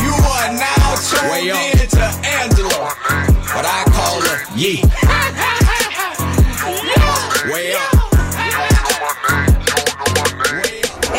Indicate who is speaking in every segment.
Speaker 1: You are now
Speaker 2: Way
Speaker 1: tuned
Speaker 2: up.
Speaker 1: in to Angela, what I call her Yee. Way up.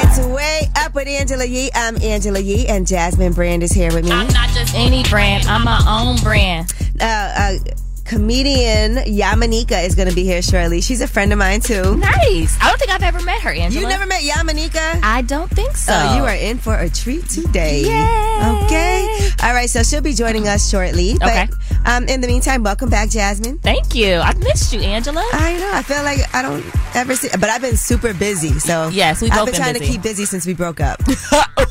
Speaker 3: It's way up with Angela Yee. I'm Angela Yee, and Jasmine Brand is here with me. Uh,
Speaker 4: I'm not just any brand. I'm my own brand.
Speaker 3: uh, comedian Yamanika is going to be here shortly. She's a friend of mine too.
Speaker 4: Nice. I don't think I've ever met her, Angela.
Speaker 3: You never met Yamanika?
Speaker 4: I don't think so.
Speaker 3: Oh, you are in for a treat today.
Speaker 4: Yay.
Speaker 3: Okay. All right. So she'll be joining us shortly. But,
Speaker 4: Okay.
Speaker 3: Um, in the meantime, welcome back, Jasmine.
Speaker 4: Thank you. I've missed you, Angela.
Speaker 3: I know. I feel like I don't ever see, but I've been super busy. So
Speaker 4: Yes, we've
Speaker 3: I've
Speaker 4: both
Speaker 3: been
Speaker 4: been
Speaker 3: trying to
Speaker 4: busy.
Speaker 3: keep busy since we broke up.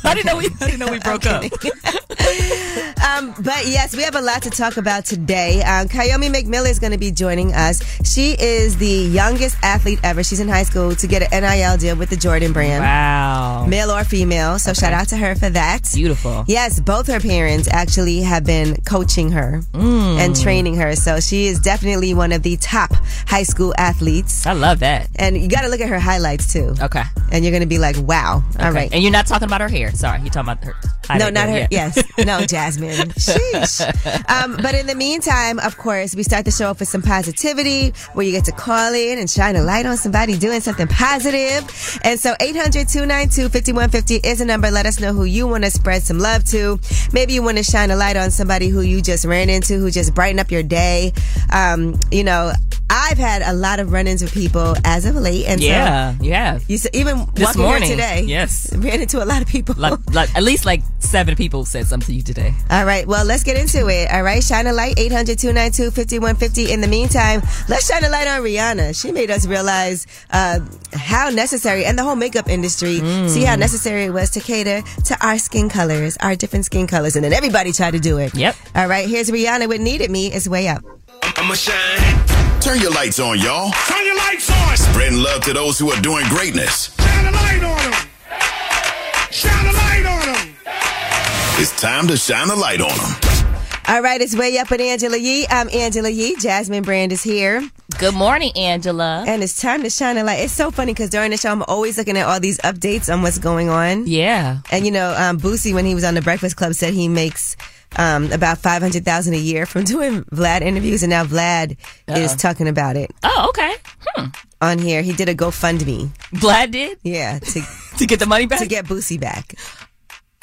Speaker 4: I didn't know we. I didn't know we broke up.
Speaker 3: Um, but yes, we have a lot to talk about today. Um, Kayomi McMillan is going to be joining us. She is the youngest athlete ever. She's in high school to get an NIL deal with the Jordan brand,
Speaker 4: Wow.
Speaker 3: male or female. So shout out to her for that.
Speaker 4: Beautiful.
Speaker 3: Yes, both her parents actually have been coaching her
Speaker 4: Mm.
Speaker 3: and training her. So she is definitely one of the top high school athletes.
Speaker 4: I love that.
Speaker 3: And you got to look at her highlights too.
Speaker 4: Okay.
Speaker 3: And you're going to be like, wow. All
Speaker 4: Okay.
Speaker 3: right.
Speaker 4: And you're not talking about her hair. Sorry, you're talking about her. I
Speaker 3: No,
Speaker 4: didn't
Speaker 3: not
Speaker 4: know
Speaker 3: her.
Speaker 4: yet.
Speaker 3: Yes. No, Jasmine. Sheesh. Um, but in the meantime, of course, we start the show off with some positivity where you get to call in and shine a light on somebody doing something positive. And so 800 292 5150 is a number. Let us know who you want to spread some love to. Maybe you want to shine a light on somebody who you just ran into, who just brightened up your day. Um, you know, I've had a lot of run ins with people as of late. And so.
Speaker 4: Yeah. You have.
Speaker 3: You, s- even
Speaker 4: This
Speaker 3: walking
Speaker 4: morning.
Speaker 3: here today,
Speaker 4: Yes.
Speaker 3: ran into a lot of people.
Speaker 4: Like, like at least like seven people said something to you today.
Speaker 3: All right, well, let's get into it. All right, shine a light, 800 292 5150. In the meantime, let's shine a light on Rihanna. She made us realize uh, how necessary, and the whole makeup industry, see how necessary it was to cater to our skin colors, our different skin colors, and then everybody tried to do it.
Speaker 4: Yep.
Speaker 3: All right, here's Rihanna with Needed Me is way up.
Speaker 1: I'ma shine.
Speaker 2: Turn your lights on, y'all.
Speaker 1: Turn your lights on.
Speaker 2: Spreading love to those who are doing greatness.
Speaker 1: Shine a light on them. Shine a light on them.
Speaker 2: It's time to shine a light on them.
Speaker 3: All right, it's way up with Angela Yee. I'm Angela Yee. Jasmine Brand is here.
Speaker 4: Good morning, Angela.
Speaker 3: And it's time to shine a light. It's so funny because during the show, I'm always looking at all these updates on what's going on.
Speaker 4: yeah.
Speaker 3: And you know, um, Boosie, when he was on the Breakfast Club, said he makes um, about five hundred thousand a year from doing Vlad interviews, and now Vlad
Speaker 4: Uh-uh.
Speaker 3: is talking about it
Speaker 4: Oh, okay. Hmm.
Speaker 3: on here. He did a GoFundMe,
Speaker 4: Vlad did
Speaker 3: yeah, to
Speaker 4: to get the money back.
Speaker 3: to get Boosie back.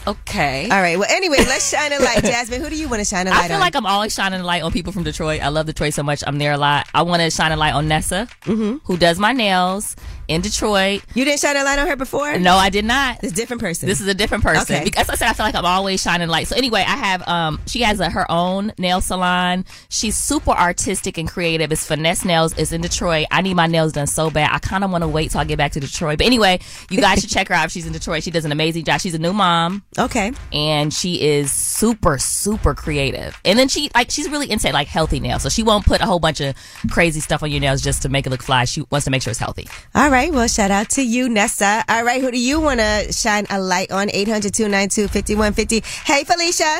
Speaker 4: okay.
Speaker 3: All right. Well, anyway, let's shine a light, Jasmine. Who do you want to shine a light
Speaker 4: I feel
Speaker 3: on?
Speaker 4: like I'm always shining a light on people from Detroit. I love Detroit so much. I'm there a lot. I want to shine a light on Nessa, who does my nails. in Detroit.
Speaker 3: Mm-hmm. You didn't shine a light on her before?
Speaker 4: No, I did not.
Speaker 3: It's a different person.
Speaker 4: This is a different person.
Speaker 3: Okay.
Speaker 4: Because I said I feel like I'm always shining light. So anyway, I have um she has a, her own nail salon. She's super artistic and creative. It's finesse nails. It's in Detroit. I need my nails done so bad. I kind of want to wait till I get back to Detroit. But anyway, you guys should check her out. If she's in Detroit. She does an amazing job. She's a new mom
Speaker 3: okay.
Speaker 4: and she is super super creative. And then she like she's really into like healthy nails. So she won't put a whole bunch of crazy stuff on your nails just to make it look fly. She wants to make sure it's healthy.
Speaker 3: All right. Well, shout out to you, Nessa. All right. Who do you want to shine a light on? 800 292 5150. Hey, Felicia.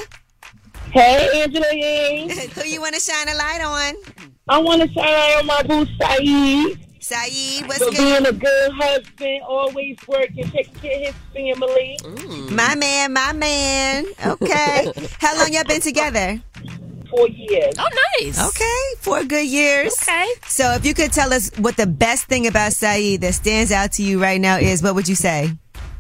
Speaker 5: Hey, Angela Yee.
Speaker 3: Who you want to shine a light on?
Speaker 5: I want to shout out my boo Saeed
Speaker 3: Saeed, what's
Speaker 5: for
Speaker 3: good?
Speaker 5: being a good husband, always working, taking care of his family.
Speaker 3: Mm. My man, my man. Okay. How long y'all been together?
Speaker 5: for years.
Speaker 4: Oh, nice.
Speaker 3: Okay. Four good years.
Speaker 4: Okay.
Speaker 3: So if you could tell us what the best thing about Saeed that stands out to you right now is, what would you say?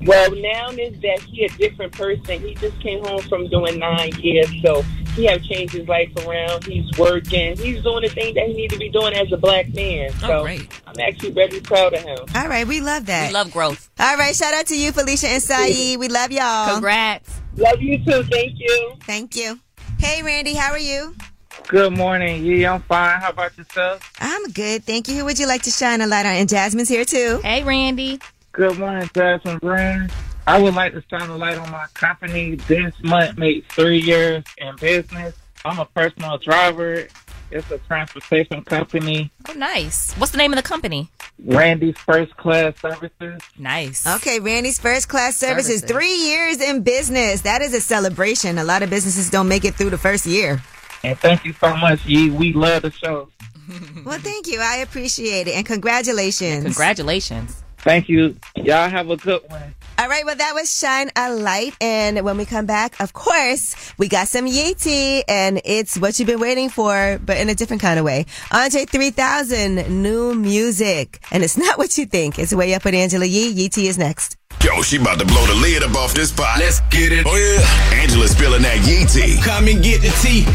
Speaker 5: Well, now is that he a different person. He just came home from doing nine years, so he have changed his life around. He's working. He's doing the thing that he need to be doing as a black man. So
Speaker 4: Oh, great.
Speaker 5: I'm actually very proud of him.
Speaker 3: All right. We love that.
Speaker 4: We love growth.
Speaker 3: All right. Shout out to you, Felicia and Saeed. We love y'all.
Speaker 4: Congrats.
Speaker 5: Love you too. Thank you.
Speaker 3: Thank you. Hey, Randy. How are you?
Speaker 6: Good morning. Yeah, I'm fine. How about yourself?
Speaker 3: I'm good. Thank you. Who would you like to shine a light on? And Jasmine's here too.
Speaker 4: Hey, Randy.
Speaker 6: Good morning, Jasmine Green. I would like to shine a light on my company. This month makes three years in business. I'm a personal driver. It's a transportation company,
Speaker 4: Oh, nice. What's the name of the company?
Speaker 6: Randy's First Class Services.
Speaker 4: Nice.
Speaker 3: Okay, Randy's first class services.
Speaker 4: Services.
Speaker 3: Three years in business. That is a celebration. A lot of businesses don't make it through the first year.
Speaker 6: And thank you so much, Yee. We love the show.
Speaker 3: Well, thank you. I appreciate it. And congratulations.
Speaker 4: Congratulations.
Speaker 6: Thank you. Y'all have a good one.
Speaker 3: All right, well, that was Shine a Light. And when we come back, of course, we got some Yee tea, and it's what you've been waiting for, but in a different kind of way. Andre 3000, new music. And it's not what you think. It's way up with Angela Yee. Yee tea is next.
Speaker 2: Yo, she about to blow the lid up off this pot. Let's get it. Oh, yeah. Angela's spilling that yee tea.
Speaker 1: Come and get the tea.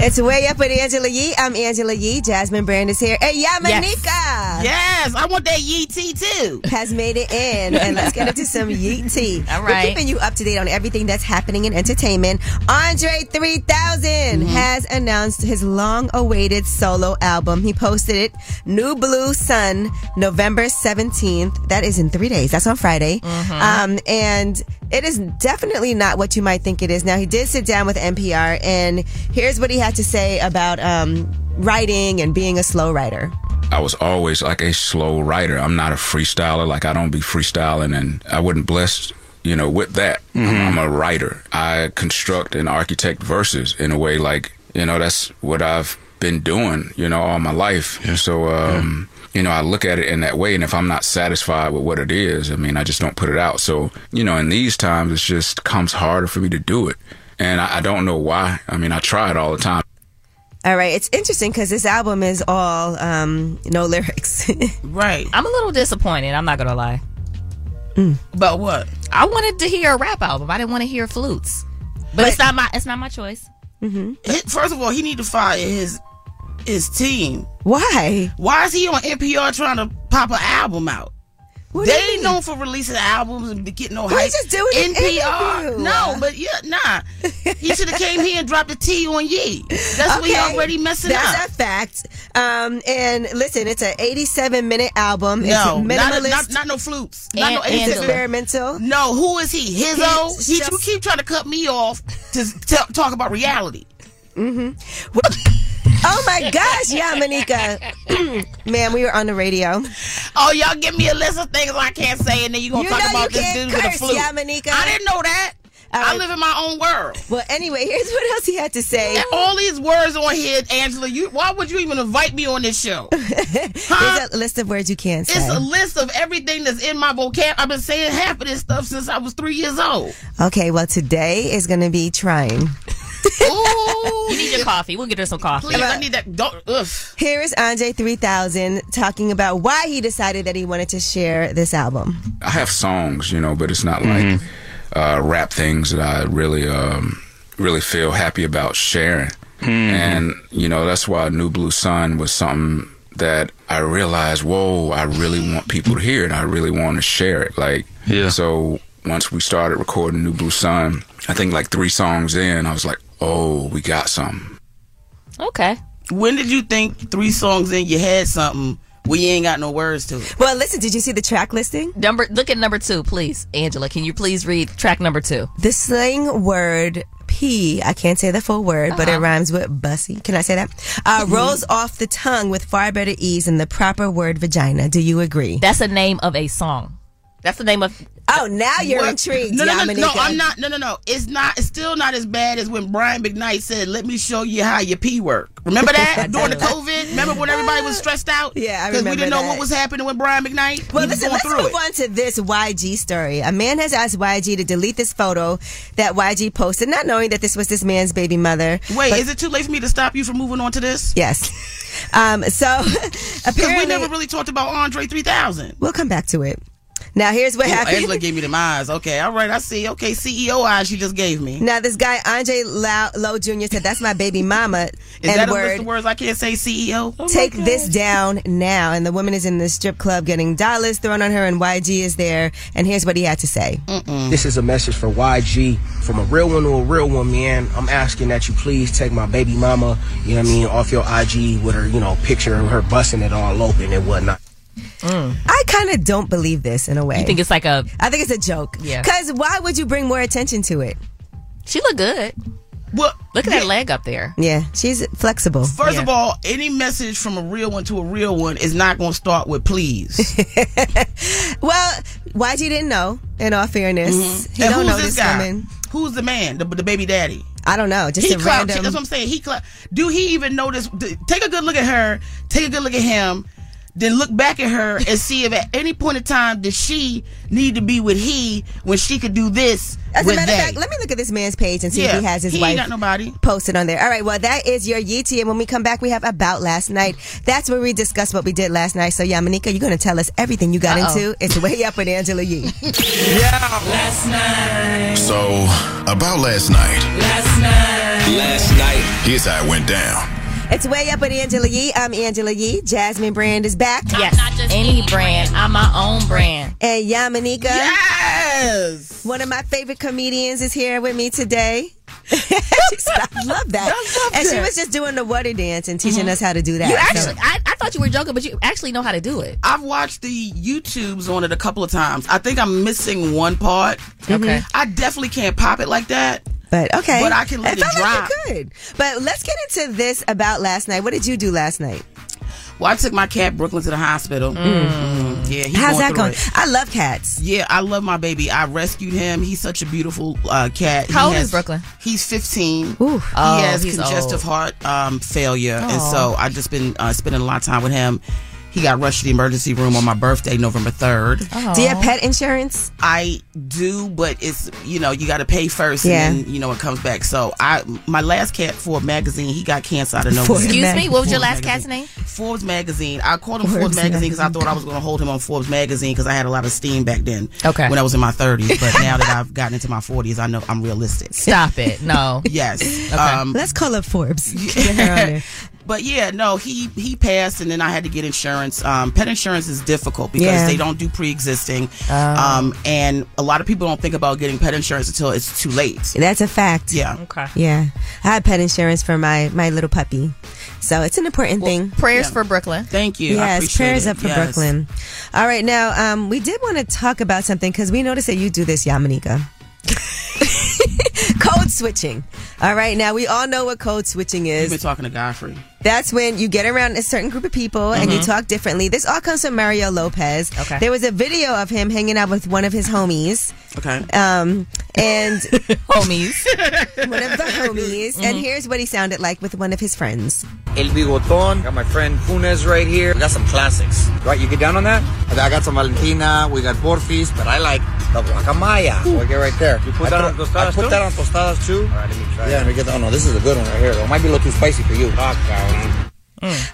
Speaker 3: It's way up with Angela Yee. I'm Angela Yee. Jasmine Brand is here. And Yamanika
Speaker 7: Yes, I want that yee tea too.
Speaker 3: Uh, has made it in. And let's get into some Yee tea.
Speaker 4: All
Speaker 3: We're
Speaker 4: right.
Speaker 3: keeping you up to date on everything that's happening in entertainment. Andre 3000
Speaker 7: Mm-hmm.
Speaker 3: has announced his long awaited solo album. He posted it, New Blue Sun, November 17th. That is in three days. That's on Friday.
Speaker 4: Mm-hmm.
Speaker 3: Um, and it is definitely not what you might think it is. Now, he did sit down with NPR, and here's what he had to say about um, writing and being a slow writer.
Speaker 8: I was always like a slow writer. I'm not a freestyler. Like I don't be freestyling, and I wasn't blessed, you know, with that. I'm a writer. I construct and architect verses in a way like you know that's what I've been doing, you know, all my life. And so, um, you know, I look at it in that way. And if I'm not satisfied with what it is, I mean, I just don't put it out. So, you know, in these times, it just comes harder for me to do it. And I, I don't know why. I mean, I try it all the time.
Speaker 3: All right, it's interesting because this album is all um, no lyrics.
Speaker 7: Right.
Speaker 4: I'm a little disappointed. I'm not going to lie.
Speaker 3: Mm.
Speaker 7: But what?
Speaker 4: I wanted to hear a rap album. I didn't want to hear flutes. But, it's not my it's not my choice.
Speaker 3: Mm-hmm.
Speaker 7: He- First of all, he need to fire his his team.
Speaker 3: Why?
Speaker 7: Why is he on NPR trying to pop an album out?
Speaker 3: What do
Speaker 7: they
Speaker 3: you
Speaker 7: ain't
Speaker 3: mean?
Speaker 7: known for releasing albums and getting no
Speaker 3: Well, he
Speaker 7: hype.
Speaker 3: just do it in interview.
Speaker 7: No, but yeah, nah. he should have came here and dropped the T on Ye. That's what he
Speaker 3: Okay,
Speaker 7: already messing
Speaker 3: That's
Speaker 7: up.
Speaker 3: a fact. Um, and listen, it's an 87 minute album.
Speaker 7: no,
Speaker 3: it's
Speaker 7: not,
Speaker 3: minimalist.
Speaker 7: a- not, not no flutes. Not no
Speaker 4: And- and-
Speaker 7: instruments.
Speaker 3: experimental.
Speaker 7: No, who is he? Hizzo?
Speaker 3: He's
Speaker 7: He,
Speaker 3: just-
Speaker 7: you keep trying to cut me off to s- tell talk about reality.
Speaker 3: Mm-hmm. Oh my gosh, Yamanika. Man, we were on the radio.
Speaker 7: Oh, y'all give me a list of things I can't say, and then you gonna
Speaker 3: You know
Speaker 7: talk about
Speaker 3: you
Speaker 7: this
Speaker 3: can't
Speaker 7: dude with a
Speaker 3: curse,
Speaker 7: flute.
Speaker 3: Yamanika.
Speaker 7: I didn't know that.
Speaker 3: All
Speaker 7: I
Speaker 3: right.
Speaker 7: live in my own world.
Speaker 3: Well, anyway, here's what else he had to say.
Speaker 7: And all these words on here, Angela. You, why would you even invite me on this show? Huh?
Speaker 3: There's a list of words you can't say.
Speaker 7: It's a list of everything that's in my vocab. I've been saying half of this stuff since I was three years old.
Speaker 3: okay, well, today is going to be trying.
Speaker 7: Ooh,
Speaker 4: You need your coffee. We'll get her some coffee.
Speaker 7: please, I need that. Don't. Ugh.
Speaker 3: Here is Andre 3000 talking about why he decided that he wanted to share this album.
Speaker 8: I have songs, you know, but it's not like uh, rap things that I really, um, really feel happy about sharing. And you know, that's why New Blue Sun was something that I realized, whoa, I really want people to hear it. I really want to share it. Like, yeah. So once we started recording New Blue Sun, I think like three songs in, I was like, oh, we got something.
Speaker 4: Okay.
Speaker 7: When did you think three songs in you had something? We ain't got no words to it.
Speaker 3: Well, listen, did you see the track listing?
Speaker 4: Number, look at number two, please, Angela. Can you please read track number two?
Speaker 3: The slang word P, I can't say the full word, but
Speaker 7: Uh-huh.
Speaker 3: it rhymes with bussy. Can I say that? Uh, rolls off the tongue with far better ease than the proper word vagina. Do you agree?
Speaker 4: That's the name of a song. That's the name of.
Speaker 3: Oh, now you're
Speaker 7: What?
Speaker 3: intrigued.
Speaker 7: No, no, no, no,
Speaker 3: Yamanika.
Speaker 7: I'm not. No, no, no. It's not. It's still not as bad as when Brian McKnight said, "Let me show you how your pee work." Remember that during the COVID? Remember when everybody was stressed out?
Speaker 3: Yeah, I
Speaker 7: we
Speaker 3: remember
Speaker 7: didn't know
Speaker 3: that.
Speaker 7: what was happening with Brian McKnight.
Speaker 3: Well,
Speaker 7: He was
Speaker 3: listen,
Speaker 7: going
Speaker 3: let's
Speaker 7: through
Speaker 3: move
Speaker 7: it.
Speaker 3: on to this YG story. A man has asked YG to delete this photo that YG posted, not knowing that this was this man's baby mother.
Speaker 7: Wait,
Speaker 3: But-
Speaker 7: is it too late for me to stop you from moving on to this?
Speaker 3: Yes. Um, so
Speaker 7: Because
Speaker 3: apparently,
Speaker 7: we never really talked about Andre 3000.
Speaker 3: we'll come back to it. Now, here's what
Speaker 7: Ooh,
Speaker 3: happened.
Speaker 7: Angela gave me them eyes. Okay, all right, I see. Okay, CEO eyes she just gave me.
Speaker 3: Now, this guy, Andre Lau- Lowe Jr., said, That's my baby mama.
Speaker 7: Is
Speaker 3: and
Speaker 7: that a
Speaker 3: word.
Speaker 7: list of words I can't say, E CEO?
Speaker 4: Oh
Speaker 3: Take this down now. And the woman is in the strip club getting dollars thrown on her, and YG is there. And here's what he had to say.
Speaker 9: This is a message for YG from a real one to a real one, man. I'm asking that you please take my baby mama, you know what I mean, off your IG with her, you know, picture of her busting it all open and whatnot.
Speaker 3: I kind of don't believe this in a way.
Speaker 4: You think it's like a?
Speaker 3: I think it's a joke.
Speaker 4: Yeah.
Speaker 3: Because why would you bring more attention to it?
Speaker 4: She look good.
Speaker 7: Well,
Speaker 4: Look at that leg up there.
Speaker 3: Yeah, she's flexible.
Speaker 7: First of all, any message from a real one to a real one is not going to start with please.
Speaker 3: Well, YG didn't know, in all fairness. He
Speaker 7: Mm-hmm. and
Speaker 3: don't
Speaker 7: who's
Speaker 3: know
Speaker 7: this
Speaker 3: this,
Speaker 7: guy?
Speaker 3: woman.
Speaker 7: Who's the man? The, the baby daddy?
Speaker 3: I don't know. Just
Speaker 7: he
Speaker 3: a
Speaker 7: clout.
Speaker 3: random.
Speaker 7: That's what I'm saying. He clout. Do he even notice? d- Take a good look at her. Take a good look at him. Then look back at her and see if at any point in time did she need to be with he when she could do this
Speaker 3: As a
Speaker 7: with
Speaker 3: matter
Speaker 7: they.
Speaker 3: of fact, let me look at this man's page and see if he has his
Speaker 7: he
Speaker 3: wife
Speaker 7: Ain't got nobody.
Speaker 3: posted on there. All right, well, that is your Yeetie. And when we come back, we have About Last Night. That's where we discuss what we did last night. So, yeah, Monica, you're going to tell us everything you got
Speaker 4: Uh-oh.
Speaker 3: into. It's Way Up with Angela Yee.
Speaker 2: So, about last night. Last night. Last night. Here's how it went down.
Speaker 3: it's Way Up with Angela Yee. I'm Angela Yee. Jasmine Brand is back.
Speaker 4: Yes. Any brand. I'm my own brand.
Speaker 3: And Yamanika,
Speaker 7: Yes.
Speaker 3: one of my favorite comedians, is here with me today. she said, I love that. and she
Speaker 7: that.
Speaker 3: was just doing the water dance and teaching us how to do that.
Speaker 4: Mm-hmm. You
Speaker 3: So-
Speaker 4: actually, I, I thought you were joking, but you actually know how to do it.
Speaker 7: I've watched the YouTubes on it a couple of times. I think I'm missing one part.
Speaker 4: Okay.
Speaker 7: I definitely can't pop it like that.
Speaker 3: Mm-hmm. But okay.
Speaker 7: But I can let it
Speaker 3: felt
Speaker 7: drop.
Speaker 3: Like you could. But let's get into this about last night. What did you do last night?
Speaker 7: Well, I took my cat Brooklyn to the hospital. Mm. Yeah, he
Speaker 3: How's that
Speaker 7: through
Speaker 3: going?
Speaker 7: it.
Speaker 3: I love cats.
Speaker 7: Yeah, I love my baby. I rescued him. He's such a beautiful uh, cat.
Speaker 4: How
Speaker 7: He
Speaker 4: old
Speaker 7: has-
Speaker 4: is Brooklyn?
Speaker 7: He's 15.
Speaker 3: Ooh.
Speaker 7: he
Speaker 4: Oh,
Speaker 7: has
Speaker 4: he's
Speaker 7: congestive
Speaker 4: old.
Speaker 7: heart um, failure, and so I've just been uh, spending a lot of time with him. He got rushed to the emergency room on my birthday, November 3rd.
Speaker 4: Oh.
Speaker 3: Do you have pet insurance?
Speaker 7: I do, but it's you know you got to pay first,
Speaker 3: Yeah.
Speaker 7: and then, you know it comes back. So I my last cat Forbes magazine, he got cancer out of nowhere.
Speaker 3: Forbes.
Speaker 4: Excuse me. What was your last
Speaker 7: Magazine.
Speaker 4: cat's name?
Speaker 7: Forbes magazine. I called him Forbes,
Speaker 3: Forbes
Speaker 7: magazine because I thought I was going to hold him on Forbes magazine because I had a lot of steam back then.
Speaker 4: Okay.
Speaker 7: When I was in my 30s, but now that I've gotten into my 40s, I know I'm realistic.
Speaker 4: Stop it. No.
Speaker 7: Yes. Um,
Speaker 3: Let's call up Forbes. Get her on there.
Speaker 7: but yeah, no, he he passed, and then I had to get insurance. Um, pet insurance is difficult because
Speaker 3: Yeah. Oh.
Speaker 7: they don't do pre-existing, um, and a lot of people don't think about getting pet insurance until it's too late.
Speaker 3: That's a fact.
Speaker 7: Yeah.
Speaker 4: Okay.
Speaker 3: Yeah. I had pet insurance for my, my little puppy. So it's an important thing.
Speaker 4: Prayers for Brooklyn.
Speaker 7: Thank you. I
Speaker 3: Yes,
Speaker 7: appreciate
Speaker 3: prayers
Speaker 7: it.
Speaker 3: up for
Speaker 7: Yes.
Speaker 3: Brooklyn. All right, now um, we did want to talk about something because we noticed that you do this, Yamanika. code switching. All right, now we all know what code switching
Speaker 7: You've
Speaker 3: is.
Speaker 7: been talking to Godfrey.
Speaker 3: That's when you get around a certain group of people and you talk differently. This all comes from Mario Lopez.
Speaker 4: Okay.
Speaker 3: There was a video of him hanging out with one of his homies.
Speaker 7: Okay.
Speaker 3: Um, and
Speaker 4: Homies. Mm-hmm.
Speaker 3: one of the homies. And here's what he sounded like with one of his friends.
Speaker 10: El Bigoton. Got my friend Funes right here. We got some classics. Right, you get down on that? I got some Valentina. We got Porfis, but I like the guacamaya. We get right there. You put that on tostadas I put that on tostadas too. All right, let me try. Ah, Yeah, let me get. Oh no, this is a good one right here. Though. It might be a little too spicy for you.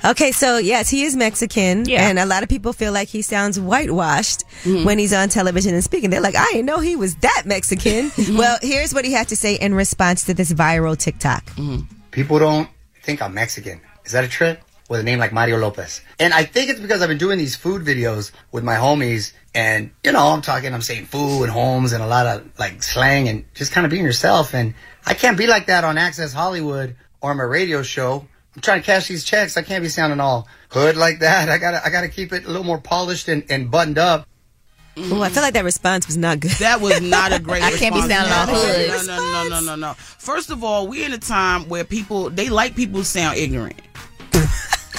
Speaker 3: Okay, so yes, he is Mexican.
Speaker 4: Yeah. Mm-hmm.
Speaker 3: And a lot of people feel like he sounds whitewashed when he's on television and speaking. They're like, I didn't know he was that Mexican.
Speaker 4: Mm-hmm.
Speaker 3: well, here's what he had to say in response to this viral TikTok.
Speaker 4: Mm-hmm.
Speaker 10: People don't think I'm Mexican. Is that a trip? with a name like Mario Lopez. And I think it's because I've been doing these food videos with my homies and, you know, I'm talking, I'm saying food and homes and a lot of like slang and just kind of being yourself. And I can't be like that on Access Hollywood or my radio show. I'm trying to cash these checks. I can't be sounding all hood like that. I gotta, I gotta keep it a little more polished and, and buttoned up.
Speaker 3: Oh, I feel like that response was not good.
Speaker 7: That was not a great.
Speaker 3: I can't be
Speaker 7: response.
Speaker 3: sounding all hood.
Speaker 7: No, no, no, no, no, no, no. First of all, we're in a time where people they like people who sound ignorant.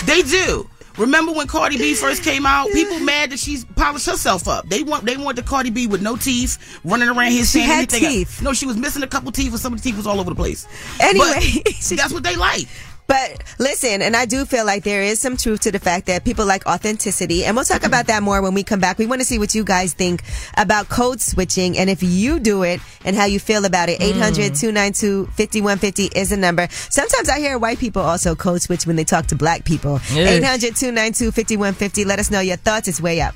Speaker 7: they do. Remember when Cardi B first came out? People mad that she's polished herself up. They want they want the Cardi B with no teeth, running around here
Speaker 3: She
Speaker 7: saying
Speaker 3: had
Speaker 7: anything.
Speaker 3: teeth.
Speaker 7: No, she was missing a couple teeth, or some of the teeth was all over the place.
Speaker 3: Anyway,
Speaker 7: that's what they like.
Speaker 3: But listen, and I do feel like there is some truth to the fact that people like authenticity. And we'll talk about that more when we come back. We want to see what you guys think about code switching and if you do it and how you feel about it. 800 292 5150 is the number. Sometimes I hear white people also code switch when they talk to black people.
Speaker 11: Yes.
Speaker 3: 800 292 5150. Let us know your thoughts. It's way up.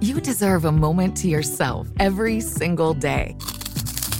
Speaker 11: You deserve a moment to yourself every single day.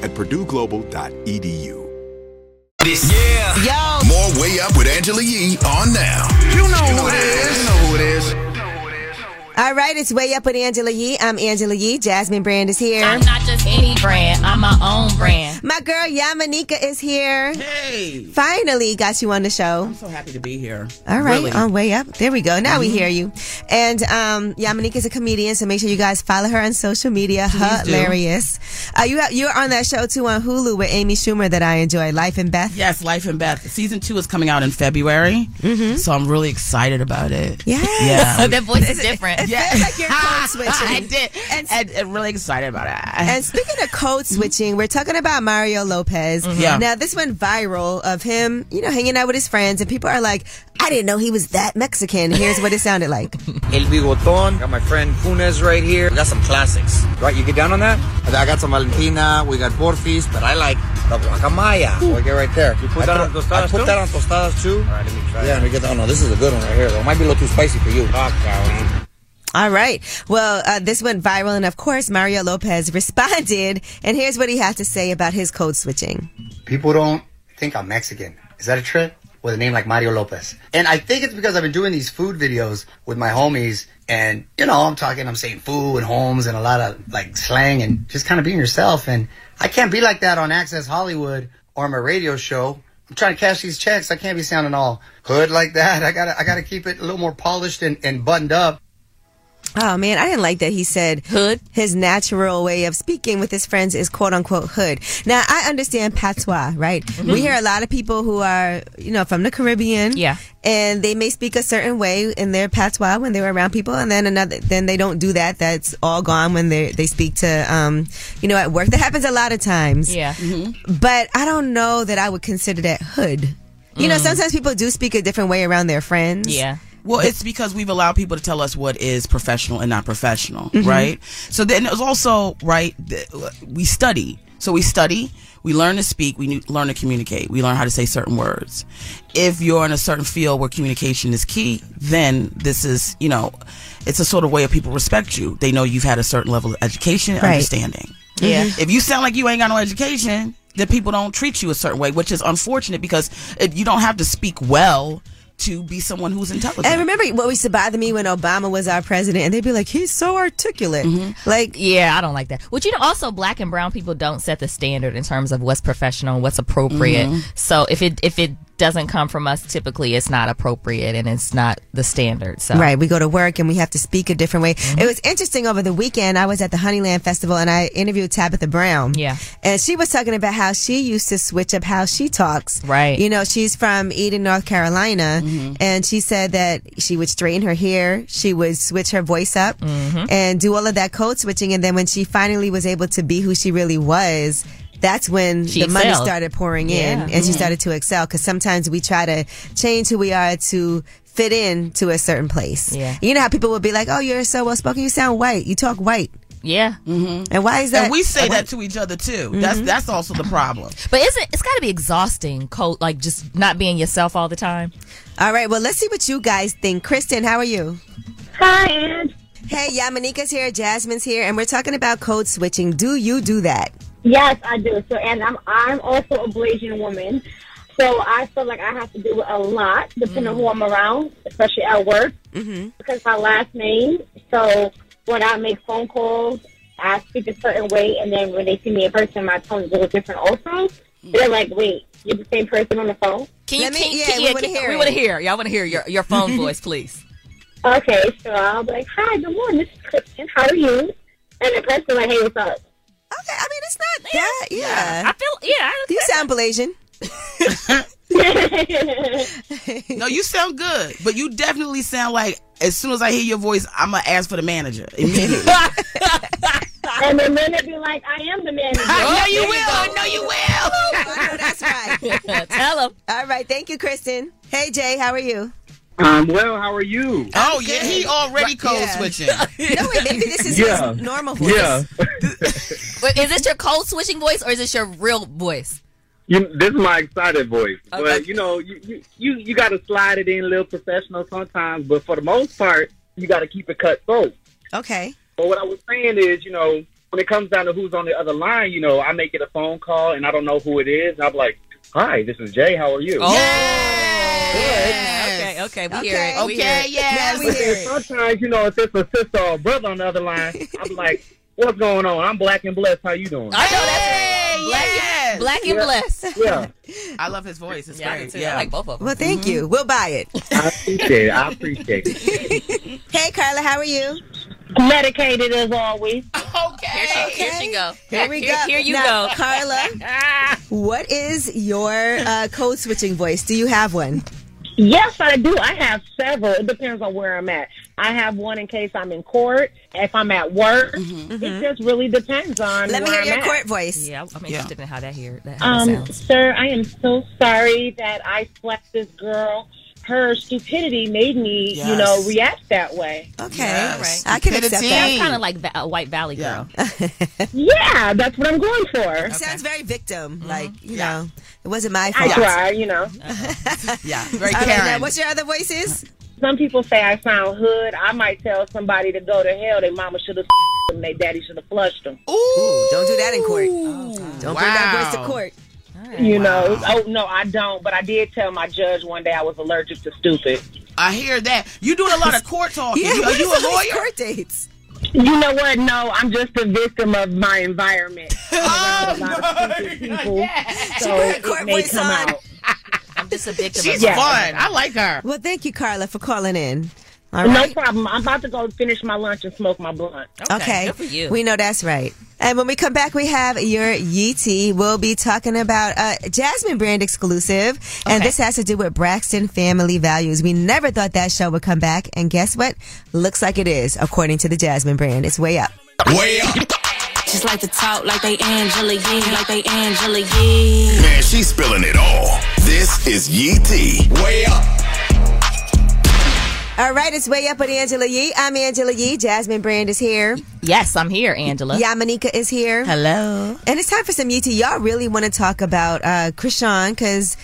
Speaker 12: at purdueglobal.edu.
Speaker 2: This. Yeah. Yo. More Way Up with Angela Yee on now. You know, who it is. You know who it is.
Speaker 3: All right, it's way up with Angela Yee. I'm Angela Yee. Jasmine Brand is here.
Speaker 4: I'm not just any brand. I'm my own brand.
Speaker 3: My girl Yamanika is here. Hey! Finally got you on the show.
Speaker 7: I'm so happy to be here.
Speaker 3: All right,
Speaker 7: Really.
Speaker 3: on way up. There we go. Now we
Speaker 7: Mhm.
Speaker 3: hear you. And um, Yamanika is a comedian, so make sure you guys follow her on social media.
Speaker 7: Please do.
Speaker 3: Hilarious. Uh, you you're on that show too on Hulu with Amy Schumer that I enjoy, Life and Beth.
Speaker 7: Yes, Life and Beth. Season two is coming out in February,
Speaker 3: Mm-hmm.
Speaker 7: so I'm really excited about it. Yeah, yeah.
Speaker 4: that voice is different.
Speaker 7: Yeah.
Speaker 3: Like you're code switching.
Speaker 7: I did. And, I'm really excited about it.
Speaker 3: And speaking of code switching, we're talking about Mario Lopez.
Speaker 7: Mhm. Mm-hmm. Yeah.
Speaker 3: Now this went viral of him, you know, hanging out with his friends, and people are like, "I didn't know he was that Mexican." Here's what it sounded like.
Speaker 10: El Bigoton. Got my friend Funes right here. We got some classics. Right, you get down on that? I got some Valentina. We got Porfis, but I like the guacamaya. Ooh. get right there. You
Speaker 13: put that on tostadas
Speaker 10: I put
Speaker 13: too?
Speaker 10: that on tostadas too. All right, let me try Ah, Yeah, let me get that. Oh, no, this is a good one right here, though. It might be a little too spicy for you.
Speaker 3: All right. Well, uh, this went viral, and of course, Mario Lopez responded. And here's what he had to say about his code switching.
Speaker 10: People don't think I'm Mexican. Is that a trip?
Speaker 13: with a name like Mario Lopez. And I think it's because I've been doing these food videos with my homies, and you know, I'm talking, I'm saying food and homes and a lot of like slang and just kind of being yourself. And I can't be like that on Access Hollywood or my radio show. I'm trying to cash these checks. I can't be sounding all hood like that. I gotta, I gotta keep it a little more polished and, and buttoned up.
Speaker 3: Oh man, I didn't like that he said hood. His natural way of speaking with his friends is quote unquote hood. Now I understand patois, right? We hear a lot of people who are, you know, from the Caribbean. Yeah. And they may speak a certain way in their patois when they're around people and then another then they don't do that. That's all gone when they they speak to um, you know, at work. That happens a lot of
Speaker 7: Mm-hmm.
Speaker 3: times.
Speaker 4: Yeah.
Speaker 3: But I don't know that I would consider that hood. You know,
Speaker 7: Mm.
Speaker 3: sometimes people do speak a different way around their friends.
Speaker 7: Well, it's because we've allowed people to tell us what is professional and not professional,
Speaker 3: Mhm.
Speaker 7: right? So then it was also, right, th- we study. So we study, we learn to speak, we knew- learn to communicate, we learn how to say certain words. If you're in a certain field where communication is key, then this is, you know, it's a sort of way of people respect you. They know you've had a certain level of education and
Speaker 4: Right.
Speaker 7: understanding.
Speaker 4: Yeah. Mhm.
Speaker 7: If you sound like you ain't got no education, then people don't treat you a certain way, which is unfortunate because it, you don't have to speak well to be someone who's intelligent.
Speaker 3: And remember what used to bother me when Obama was our president, and they'd be like, "He's so articulate." Like,
Speaker 4: Mm-hmm. yeah, I don't like that. Which you know, also black and brown people don't set the standard in terms of what's professional, and what's appropriate.
Speaker 3: Mhm.
Speaker 4: So if it if it doesn't come from us, typically it's not appropriate and it's not the standard. So Mm-hmm.
Speaker 3: Right, we go to work and we have to speak a different way. It was interesting over the weekend. I was at the Honeyland Festival and I interviewed Tabitha Brown.
Speaker 4: Yeah.
Speaker 3: And she was talking about how she used to switch up how she talks.
Speaker 4: Right. Mm-hmm.
Speaker 3: You know, she's from Eden, North Carolina, and she said that she would straighten her hair, she would switch her voice up,
Speaker 4: Mm-hmm.
Speaker 3: and do all of that code switching. And then when she finally was able to be who she really was, that's when
Speaker 4: She
Speaker 3: the money
Speaker 4: excelled.
Speaker 3: started pouring in
Speaker 4: Yeah.
Speaker 3: and she
Speaker 4: Mhm.
Speaker 3: started to excel because sometimes we try to change who we are to fit in to a certain place.
Speaker 4: Yeah.
Speaker 3: You know how people would be like, oh, you're so well spoken. You sound white. You talk white.
Speaker 4: Yeah.
Speaker 7: Mm-hmm.
Speaker 3: And why is that?
Speaker 7: And we say
Speaker 3: Why- Mm-hmm.
Speaker 7: that to each other too. That's that's also the problem.
Speaker 4: But isn't it's got to be exhausting, co- like just not being yourself all the time?
Speaker 3: All right, well, let's see what you guys think. Kristen, how are you?
Speaker 14: Hi, Ann.
Speaker 3: Hey, Yamanika's here, Jasmine's here, and we're talking about code switching. Do you do that?
Speaker 14: Yes, I do. So, and I'm I'm also a Blasian woman, so I feel like I have to do it a lot, depending on who I'm around, especially at work,
Speaker 4: Mm-hmm.
Speaker 3: Mhm.
Speaker 14: because my last name. So when I make phone calls, I speak a certain way, and then when they see me in person, my tone is a little different. Also, they're like, "Wait, you're the same person on the phone."
Speaker 4: Can you? can, can, yeah, can- we want to hear. Y'all want to hear your your phone voice, please.
Speaker 14: Okay, so I'll be like, "Hi, good morning. This is Kristen. How are you?" And the person like, "Hey, what's up?"
Speaker 3: Okay, I mean it's not that. Yeah,
Speaker 4: I feel. Yeah,
Speaker 3: you sound Malaysian.
Speaker 7: no, you sound good, but you definitely sound like as soon as I hear your voice, I'm gonna ask for the manager immediately.
Speaker 14: and the men would be like, "I am the manager."
Speaker 4: Oh,
Speaker 7: I know you will.
Speaker 3: I
Speaker 7: know Oh, you will.
Speaker 3: I know that's right.
Speaker 4: Tell them.
Speaker 3: All right, thank you, Kristen. Hey, Jay, how are you?
Speaker 15: Um, well, how are you?
Speaker 7: Oh yeah, he already
Speaker 3: Right,
Speaker 7: code
Speaker 3: yeah.
Speaker 7: switching.
Speaker 3: No, wait, maybe this is
Speaker 15: Yeah.
Speaker 3: his normal voice.
Speaker 15: Yeah,
Speaker 4: Wait, is this your code switching voice or is this your real voice?
Speaker 15: you, this is my excited voice,
Speaker 4: Okay.
Speaker 15: but you know, you you you, you got to slide it in a little professional sometimes, but for the most part, you got to keep it cutthroat.
Speaker 3: Okay.
Speaker 15: But what I was saying is, you know, when it comes down to who's on the other line, you know, I may get a phone call and I don't know who it is, and I'm like, "Hi, this is Jay. How are you?"
Speaker 3: Oh,
Speaker 4: Okay, okay, we hear it. We hear it.
Speaker 15: But then Sometimes, you know, if it's a sister or a brother on the other line, I'm like, "What's going on? I'm black and blessed. How you doing?"
Speaker 4: I know
Speaker 7: right.
Speaker 4: that's Black, black and
Speaker 15: Yeah.
Speaker 4: blessed.
Speaker 15: Yeah.
Speaker 7: I love his voice. It's
Speaker 4: Yeah, I
Speaker 7: great.
Speaker 4: do too. I
Speaker 7: Yeah,
Speaker 4: like both of
Speaker 3: Well, thank you. We'll buy it.
Speaker 15: I appreciate it. I appreciate it.
Speaker 7: Mm-hmm.
Speaker 3: Hey, Carla, how are you?
Speaker 14: Medicated as always.
Speaker 4: Okay. Here she, Here she go.
Speaker 3: Here we go.
Speaker 4: Here you
Speaker 3: Now,
Speaker 4: go.
Speaker 3: Carla, what is your uh, code switching voice? Do you have one?
Speaker 14: Yes, I do. I have several. It depends on where I'm at. I have one in case I'm in court, if I'm at work.
Speaker 4: Mm-hmm.
Speaker 14: It just really depends on.
Speaker 3: Let me
Speaker 14: where
Speaker 3: hear your
Speaker 14: I'm at.
Speaker 3: court voice.
Speaker 4: Yeah, I'm interested in how that here. That, how that
Speaker 14: Um,
Speaker 4: sounds.
Speaker 14: sir, I am so sorry that I slapped this girl. Her stupidity made me, you
Speaker 4: Yes.
Speaker 14: know, react that way.
Speaker 3: Okay,
Speaker 4: Yes.
Speaker 14: I can accept that.
Speaker 4: Sounds kind of like Va- a White Valley girl.
Speaker 14: Yeah, that's what I'm going for.
Speaker 3: Sounds very victim.
Speaker 4: Mm-hmm.
Speaker 3: Like, you know, it wasn't my
Speaker 14: I
Speaker 3: fault.
Speaker 14: try, you know.
Speaker 7: yeah,
Speaker 3: All right, now, what's your other voices?
Speaker 14: Some people say I sound hood. I might tell somebody to go to hell. Their mama should have them. Their daddy should have flushed them.
Speaker 3: Ooh, don't do that in court. Don't bring that voice to court.
Speaker 4: All
Speaker 5: You know,
Speaker 7: Wow.
Speaker 5: oh no, I don't. But I did tell my judge one day I was allergic to stupid.
Speaker 7: I hear that. You doing a lot of court talking. You- are you a lawyer?
Speaker 3: Court dates.
Speaker 5: You know what? No, I'm just a victim of my environment. oh, a lot of stupid people, so it may come out.
Speaker 4: I'm just a victim.
Speaker 5: She's Yeah. fun. I
Speaker 7: like her.
Speaker 3: Well, thank you, Carla, for calling in. All
Speaker 5: no
Speaker 3: right.
Speaker 5: problem. I'm about to go finish my lunch and smoke my blunt.
Speaker 3: We know that's right. And when we come back, we have your Yeetie. We'll be talking about a Jasmine brand exclusive. And
Speaker 4: Okay.
Speaker 3: this has to do with Braxton family values. We never thought that show would come back. And guess what? Looks like it is, according to the Jasmine brand. It's way up.
Speaker 2: Way up.
Speaker 16: Just like to talk like they Angela Yee, like they Angela Yee.
Speaker 2: Man, she's spilling it all. This is Yee T. Way up.
Speaker 3: All right, it's way up with Angela Yee. I'm Angela Yee. Jasmine Brand is here.
Speaker 4: Yes, I'm here, Angela.
Speaker 3: Yamanika is here.
Speaker 4: Hello.
Speaker 7: Mm-hmm.
Speaker 3: And it's time for some UT. Y'all really want to talk about uh Krishan because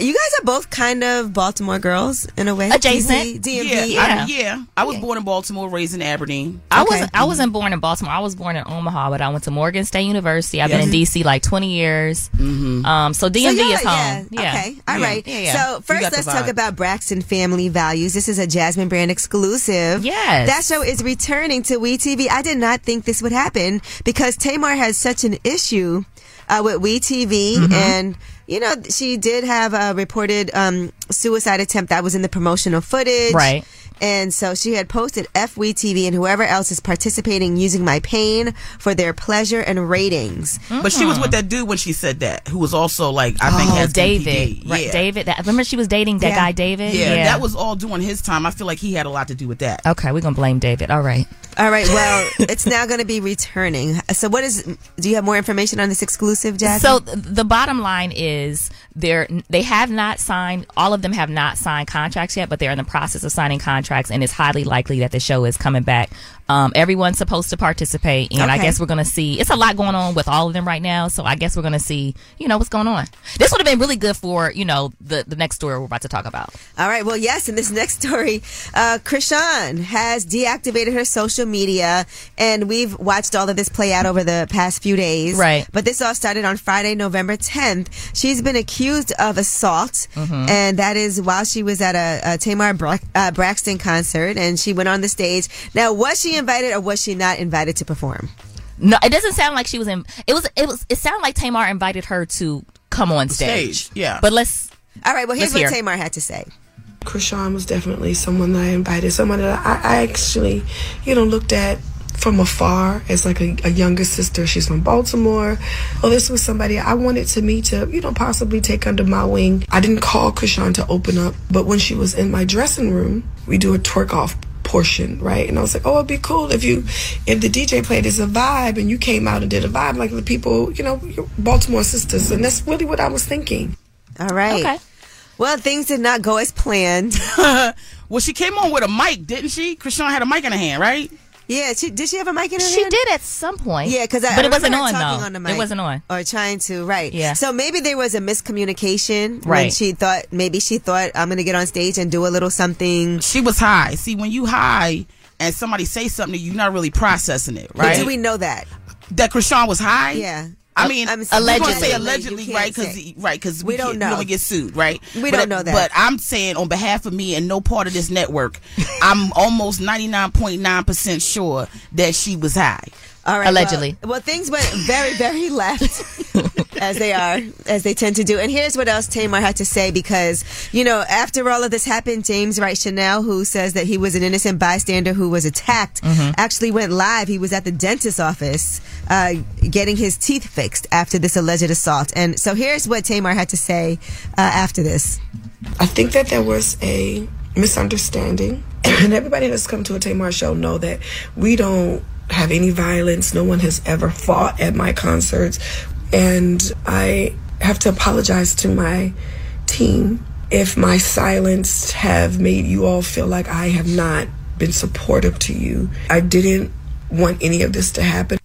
Speaker 3: you guys are both kind of Baltimore girls in a way. DC, DMV.
Speaker 7: Yeah, I, yeah. I was born in Baltimore, raised in Aberdeen.
Speaker 4: I wasn't. I wasn't born in Baltimore. I was born in Omaha, but I went to Morgan State University. I've been in
Speaker 7: Yes.
Speaker 4: DC like twenty years. Um, so DMV
Speaker 3: Mm-hmm. y'all-
Speaker 4: is home. Yeah.
Speaker 3: Okay. All right.
Speaker 4: Yeah. Yeah, yeah.
Speaker 3: So
Speaker 4: You
Speaker 3: first,
Speaker 4: got the
Speaker 3: let's talk
Speaker 4: vibe.
Speaker 3: about Braxton Family Values. This is a Jasmine Brand exclusive.
Speaker 4: Yes.
Speaker 3: That show is returning to WE TV. I did not think this would happen because Tamar has such an issue uh, with WE TV
Speaker 4: Mhm.
Speaker 3: and. You know, she did have a reported um, suicide attempt that was in the promotional footage.
Speaker 4: Right.
Speaker 3: And so she had posted FWE TV and whoever else is participating using my pain for their pleasure and ratings.
Speaker 4: Mm-hmm.
Speaker 7: But she was with that dude when she said that, who was also like I think
Speaker 4: Oh,
Speaker 7: has
Speaker 4: David.
Speaker 7: BPD.
Speaker 4: Right,
Speaker 7: Yeah.
Speaker 4: David. That, remember, she was dating that
Speaker 7: Yeah.
Speaker 4: guy, David.
Speaker 7: Yeah, that was all during his time. I feel like he had a lot to do with that.
Speaker 4: Okay, we're gonna blame David. All right.
Speaker 3: All right. Well, it's now going to be returning. So, what is? Do you have more information on this exclusive, Jazz?
Speaker 4: So th- the bottom line is they're they have not signed all of them have not signed contracts yet, but they're in the process of signing contracts, and it's highly likely that the show is coming back. Um, everyone's supposed to participate, and I
Speaker 17: Okay.
Speaker 4: guess we're gonna see. It's a lot going on with all of them right now, so I guess we're gonna see. You know what's going on. This would have been really good for you know the the next story we're about to talk about.
Speaker 3: All right. Well, yes. In this next story, uh, Krishan has deactivated her social media, and we've watched all of this play out over the past few days.
Speaker 4: Right.
Speaker 3: But this all started on Friday, November 10th. She's been accused of assault,
Speaker 4: Mhm.
Speaker 3: and that is while she was at a, a Tamar Bra- uh, Braxton concert, and she went on the stage. Now, was she invited or was she not invited to perform?
Speaker 4: No, it doesn't sound like she was in. It was. It was. It sounded like Tamar invited her to come on stage.
Speaker 3: Stage, yeah.
Speaker 4: But let's.
Speaker 3: All right. Well, here's
Speaker 4: let's hear.
Speaker 3: what Tamar had to say.
Speaker 18: Krishan was definitely someone that I invited, someone that I, I actually, you know, looked at from afar as like a, a younger sister. She's from Baltimore. Well, this was somebody I wanted to meet to, you know, possibly take under my wing. I didn't call Krishan to open up, but when she was in my dressing room, we do a twerk off portion, right? And I was like, oh, it'd be cool if you, if the DJ played as a vibe and you came out and did a vibe like the people, you know, your Baltimore sisters. And that's really what I was thinking.
Speaker 3: All right.
Speaker 18: Okay.
Speaker 3: Well, things did not go as planned.
Speaker 7: well, she came on with a mic, didn't she? Krishan had a mic in her hand, right?
Speaker 3: Yeah, she did. She have a mic in her
Speaker 4: She
Speaker 3: hand?
Speaker 4: did at some point.
Speaker 3: Yeah, because I
Speaker 4: But
Speaker 3: I
Speaker 4: it wasn't
Speaker 3: remember her
Speaker 4: on,
Speaker 3: talking
Speaker 4: though.
Speaker 3: On the
Speaker 4: It
Speaker 3: mic
Speaker 4: wasn't on.
Speaker 3: or trying to right.
Speaker 4: Yeah.
Speaker 3: So maybe there was a miscommunication when
Speaker 7: Right.
Speaker 3: she thought maybe she thought I'm gonna get on stage and do a little something.
Speaker 7: She was high. See, when you high and somebody say something, to you, you're not really processing it,
Speaker 3: But
Speaker 7: right?
Speaker 3: do we know that?
Speaker 7: that Krishan was high?
Speaker 3: Yeah.
Speaker 7: I mean,
Speaker 3: I'm- allegedly.
Speaker 7: allegedly, say
Speaker 3: You
Speaker 7: allegedly,
Speaker 3: can't
Speaker 7: right? Because
Speaker 3: say.
Speaker 7: right, because
Speaker 3: We
Speaker 7: we,
Speaker 3: don't
Speaker 7: can't-
Speaker 3: know.
Speaker 7: We don't get sued, right?
Speaker 3: We
Speaker 7: But-
Speaker 3: don't know that.
Speaker 7: But I'm saying on behalf of me and no part of this network, I'm almost 99.9 percent sure that she was high.
Speaker 3: All right, Well, well, things went very, very left, as they are, as they tend to do. And here's what else Tamar had to say because, you know, after all of this happened, James Wright Chanel, who says that he was an innocent bystander who was attacked,
Speaker 4: Mhm.
Speaker 3: actually went live. He was at the dentist's office uh, getting his teeth fixed after this alleged assault. And so here's what Tamar had to say uh, after this.
Speaker 18: I think that there was a misunderstanding, and everybody that's come to a Tamar show know that we don't have any violence. No one has ever fought at my concerts, and I have to apologize to my team if my silence have made you all feel like I have not been supportive to you. I didn't want any of this to happen.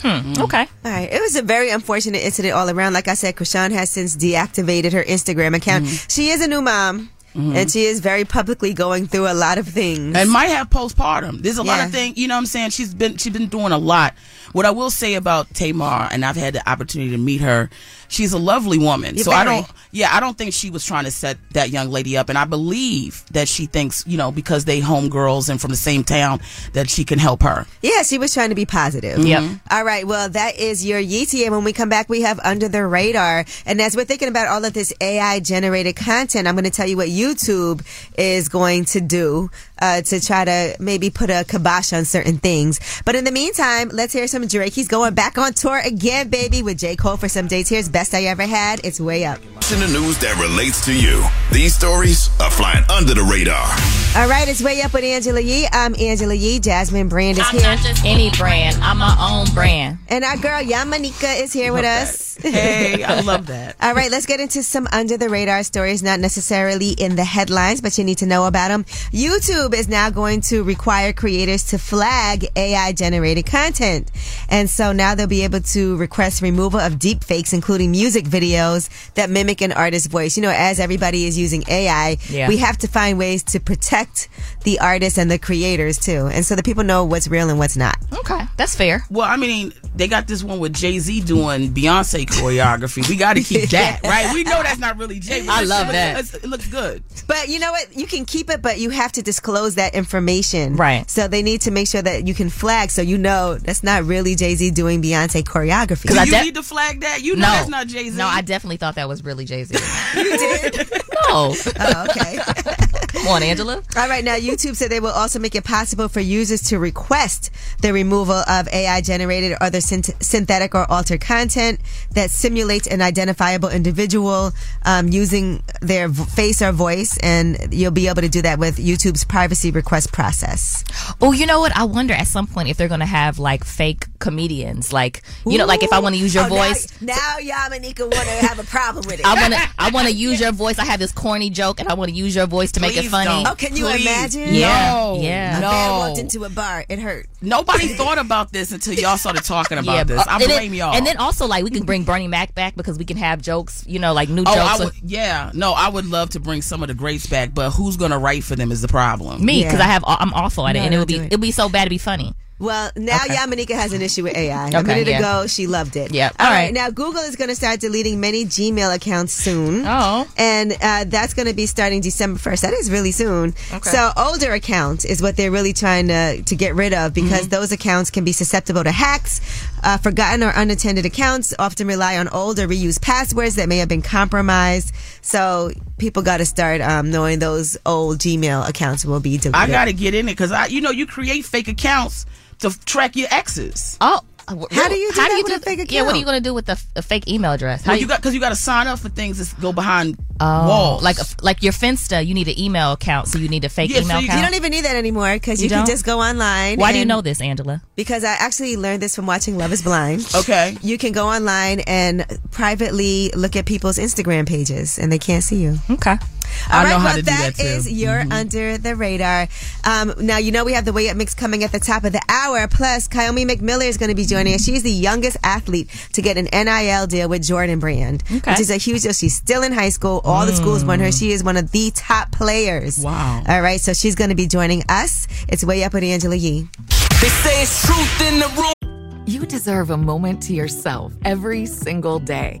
Speaker 4: Hmm. Okay.
Speaker 3: All right. It was a very unfortunate incident all around. Like I said, Krishan has since deactivated her Instagram account. She is a new mom.
Speaker 7: Mhm.
Speaker 3: and she is very publicly going through a lot of things.
Speaker 7: and might have postpartum. There's a lot of
Speaker 3: Yeah.
Speaker 7: things, you know what I'm saying? She's been she's been doing a lot. What I will say about Tamar, and I've had the opportunity to meet her, she's a lovely woman.
Speaker 17: Yeah,
Speaker 7: so I
Speaker 17: very.
Speaker 7: don't yeah, I don't think she was trying to set that young lady up and I believe that she thinks, you know, because they homegirls and from the same town that she can help her.
Speaker 3: Yeah, she was trying to be positive. Mm-hmm.
Speaker 7: Yep.
Speaker 3: All right. Well, that is your Yeetie. And when we come back, we have Under the Radar. And as we're thinking about all of this AI generated content, I'm going to tell you what YouTube is going to do uh, to try to maybe put a kibosh on certain things. But in the meantime, let's hear some Drake. He's going back on tour again, baby, with J. Cole for some dates. Here's Best I Ever Had. It's way up.
Speaker 2: In the news that relates to you, these stories are flying under the radar.
Speaker 3: All right. It's way up with Angela Yee. I'm Angela Yee. Jasmine Brand is
Speaker 4: I'm
Speaker 3: here.
Speaker 4: not just any brand. I'm my own brand.
Speaker 3: And our girl Yamanika is here with us.
Speaker 4: Hey, I love
Speaker 7: that.
Speaker 3: All right, let's get into some under the radar stories, not necessarily in the headlines, but you need to know about them. YouTube is now going to require creators to flag AI generated content. And so now they'll be able to request removal of deep fakes, including music videos that mimic an artist's voice. You know, as everybody is using AI,
Speaker 4: Yeah.
Speaker 3: we have to find ways to protect the artists and the creators too. And so the people know what's real and what's not.
Speaker 4: Okay, that's fair.
Speaker 7: Well, I mean, they got this one with Jay Z doing Beyonce choreography. We got to keep that, right? We know that's not really Jay. but
Speaker 3: I
Speaker 7: it
Speaker 3: love
Speaker 7: looks-
Speaker 3: that.
Speaker 7: it's- It looks good.
Speaker 3: But you know what? You can keep it, but you have to disclose that information. Right. So they need to make sure that you can flag so you know that's not really Jay Z doing Beyonce choreography.
Speaker 7: Do you need to flag that? You know
Speaker 4: No.
Speaker 7: that's not Jay Z.
Speaker 4: No, I definitely thought that was really Jay Z. you did? No.
Speaker 3: Oh, okay.
Speaker 4: Come on, Angela.
Speaker 3: All right, now YouTube said they will also make it possible for users to request the removal of AI generated or other synth- synthetic or altered content that simulates an identifiable individual um, using their v- face or voice, and you'll be able to do that with YouTube's privacy request process.
Speaker 4: Oh, you know what? I wonder at some point if they're gonna have like fake comedians, like you know, like if I want to use your
Speaker 3: Ooh. Oh, now-
Speaker 4: voice.
Speaker 3: Now, Yamanika want to have a problem with it.
Speaker 4: I want to. I want to use your voice. I have this corny joke, and I want to use your voice to make it
Speaker 3: Please
Speaker 4: funny.
Speaker 3: don't. Oh, can you Please. imagine?
Speaker 4: Yeah,
Speaker 3: No.
Speaker 4: yeah.
Speaker 3: A man walked into a bar. It hurt.
Speaker 7: Nobody thought about this until y'all started talking about this. I
Speaker 4: Uh, and then-
Speaker 7: blame y'all.
Speaker 4: And then also, like, we can bring Bernie Mac back because we can have jokes, you know, like new
Speaker 7: oh, I
Speaker 4: jokes.
Speaker 7: would, yeah, no, I would love to bring some of the greats back, but who's gonna write for them is the problem.
Speaker 4: me, because I have, I'm awful at it,
Speaker 7: No,
Speaker 4: and it
Speaker 7: don't
Speaker 4: would be,
Speaker 7: do it.
Speaker 4: it. would be so bad to be funny.
Speaker 3: Well, now
Speaker 4: Okay.
Speaker 3: Yamanika has an issue with AI. a
Speaker 4: Okay,
Speaker 3: minute
Speaker 4: yeah.
Speaker 3: ago, she loved it.
Speaker 4: Yep.
Speaker 3: All
Speaker 4: All
Speaker 3: right.
Speaker 4: right.
Speaker 3: Now, Google is going to start deleting many Gmail accounts soon.
Speaker 4: Oh.
Speaker 3: And uh, that's going to be starting December 1st. That is really soon.
Speaker 4: Okay.
Speaker 3: So, older accounts is what they're really trying to, to get rid of because
Speaker 4: Mm-hmm.
Speaker 3: those accounts can be susceptible to hacks. Uh, forgotten or unattended accounts often rely on old or reused passwords that may have been compromised. So, people got to start um, knowing those old Gmail accounts will be deleted.
Speaker 7: I gotta get in it because I, you know, you create fake accounts to f- track your exes.
Speaker 4: Oh,
Speaker 7: How do you do that with a
Speaker 4: th-
Speaker 7: fake
Speaker 4: Yeah, what are
Speaker 7: account?
Speaker 4: you going to do with a, f- a fake email address? How
Speaker 7: well, you got because you got to sign up for things that go behind
Speaker 4: Oh,
Speaker 7: walls.
Speaker 4: like like your Finsta, you need an email account, so you need a fake
Speaker 3: Yeah, so
Speaker 4: email
Speaker 3: you-
Speaker 4: account.
Speaker 3: you don't even need that anymore because you,
Speaker 4: You
Speaker 3: can
Speaker 4: don't?
Speaker 3: just go online.
Speaker 4: Why do you
Speaker 3: and-
Speaker 4: know this, Angela?
Speaker 3: Because I actually learned this from watching Love is Blind.
Speaker 7: okay.
Speaker 3: You can go online and privately look at people's Instagram pages and they can't see you.
Speaker 4: Okay.
Speaker 3: All
Speaker 7: I
Speaker 3: right,
Speaker 7: know how
Speaker 3: well,
Speaker 7: to do
Speaker 3: that
Speaker 7: that, too. Mm-hmm.
Speaker 3: is your under the radar. Um, now, you know we have the Way Up Mix coming at the top of the hour. Plus, Kyomi McMiller is going to be joining us. She's the youngest athlete to get an NIL deal with Jordan Brand,
Speaker 4: Okay.
Speaker 3: which is a huge deal. She's still in high school. All the schools want
Speaker 7: Mm.
Speaker 3: her. She is one of the top players. Wow. All right, so she's going to be joining us. It's Way Up with Angela Yee.
Speaker 11: They say it's truth in the room. You deserve a moment to yourself every single day.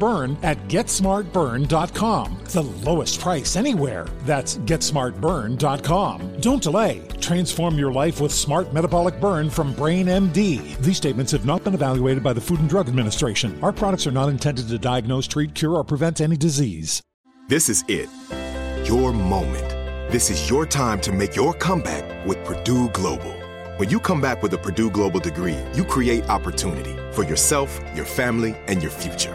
Speaker 19: Burn at GetSmartBurn.com. The lowest price anywhere. That's GetSmartBurn.com. Don't delay. Transform your life with Smart Metabolic Burn from Brain MD. These statements have not been evaluated by the Food and Drug Administration. Our products are not intended to diagnose, treat, cure, or prevent any disease.
Speaker 12: This is it. Your moment. This is your time to make your comeback with Purdue Global. When you come back with a Purdue Global degree, you create opportunity for yourself, your family, and your future.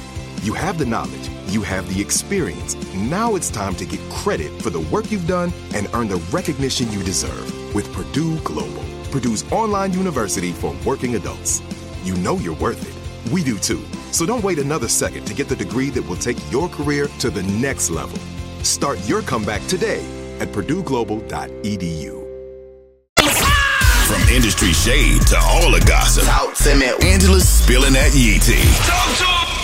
Speaker 12: You have the knowledge, you have the experience. Now it's time to get credit for the work you've done and earn the recognition you deserve with Purdue Global, Purdue's online university for working adults. You know you're worth it. We do too. So don't wait another second to get the degree that will take your career to the next level. Start your comeback today at purdueglobal.edu.
Speaker 2: From industry shade to all the gossip. Out them at Angela's spilling that yee tea.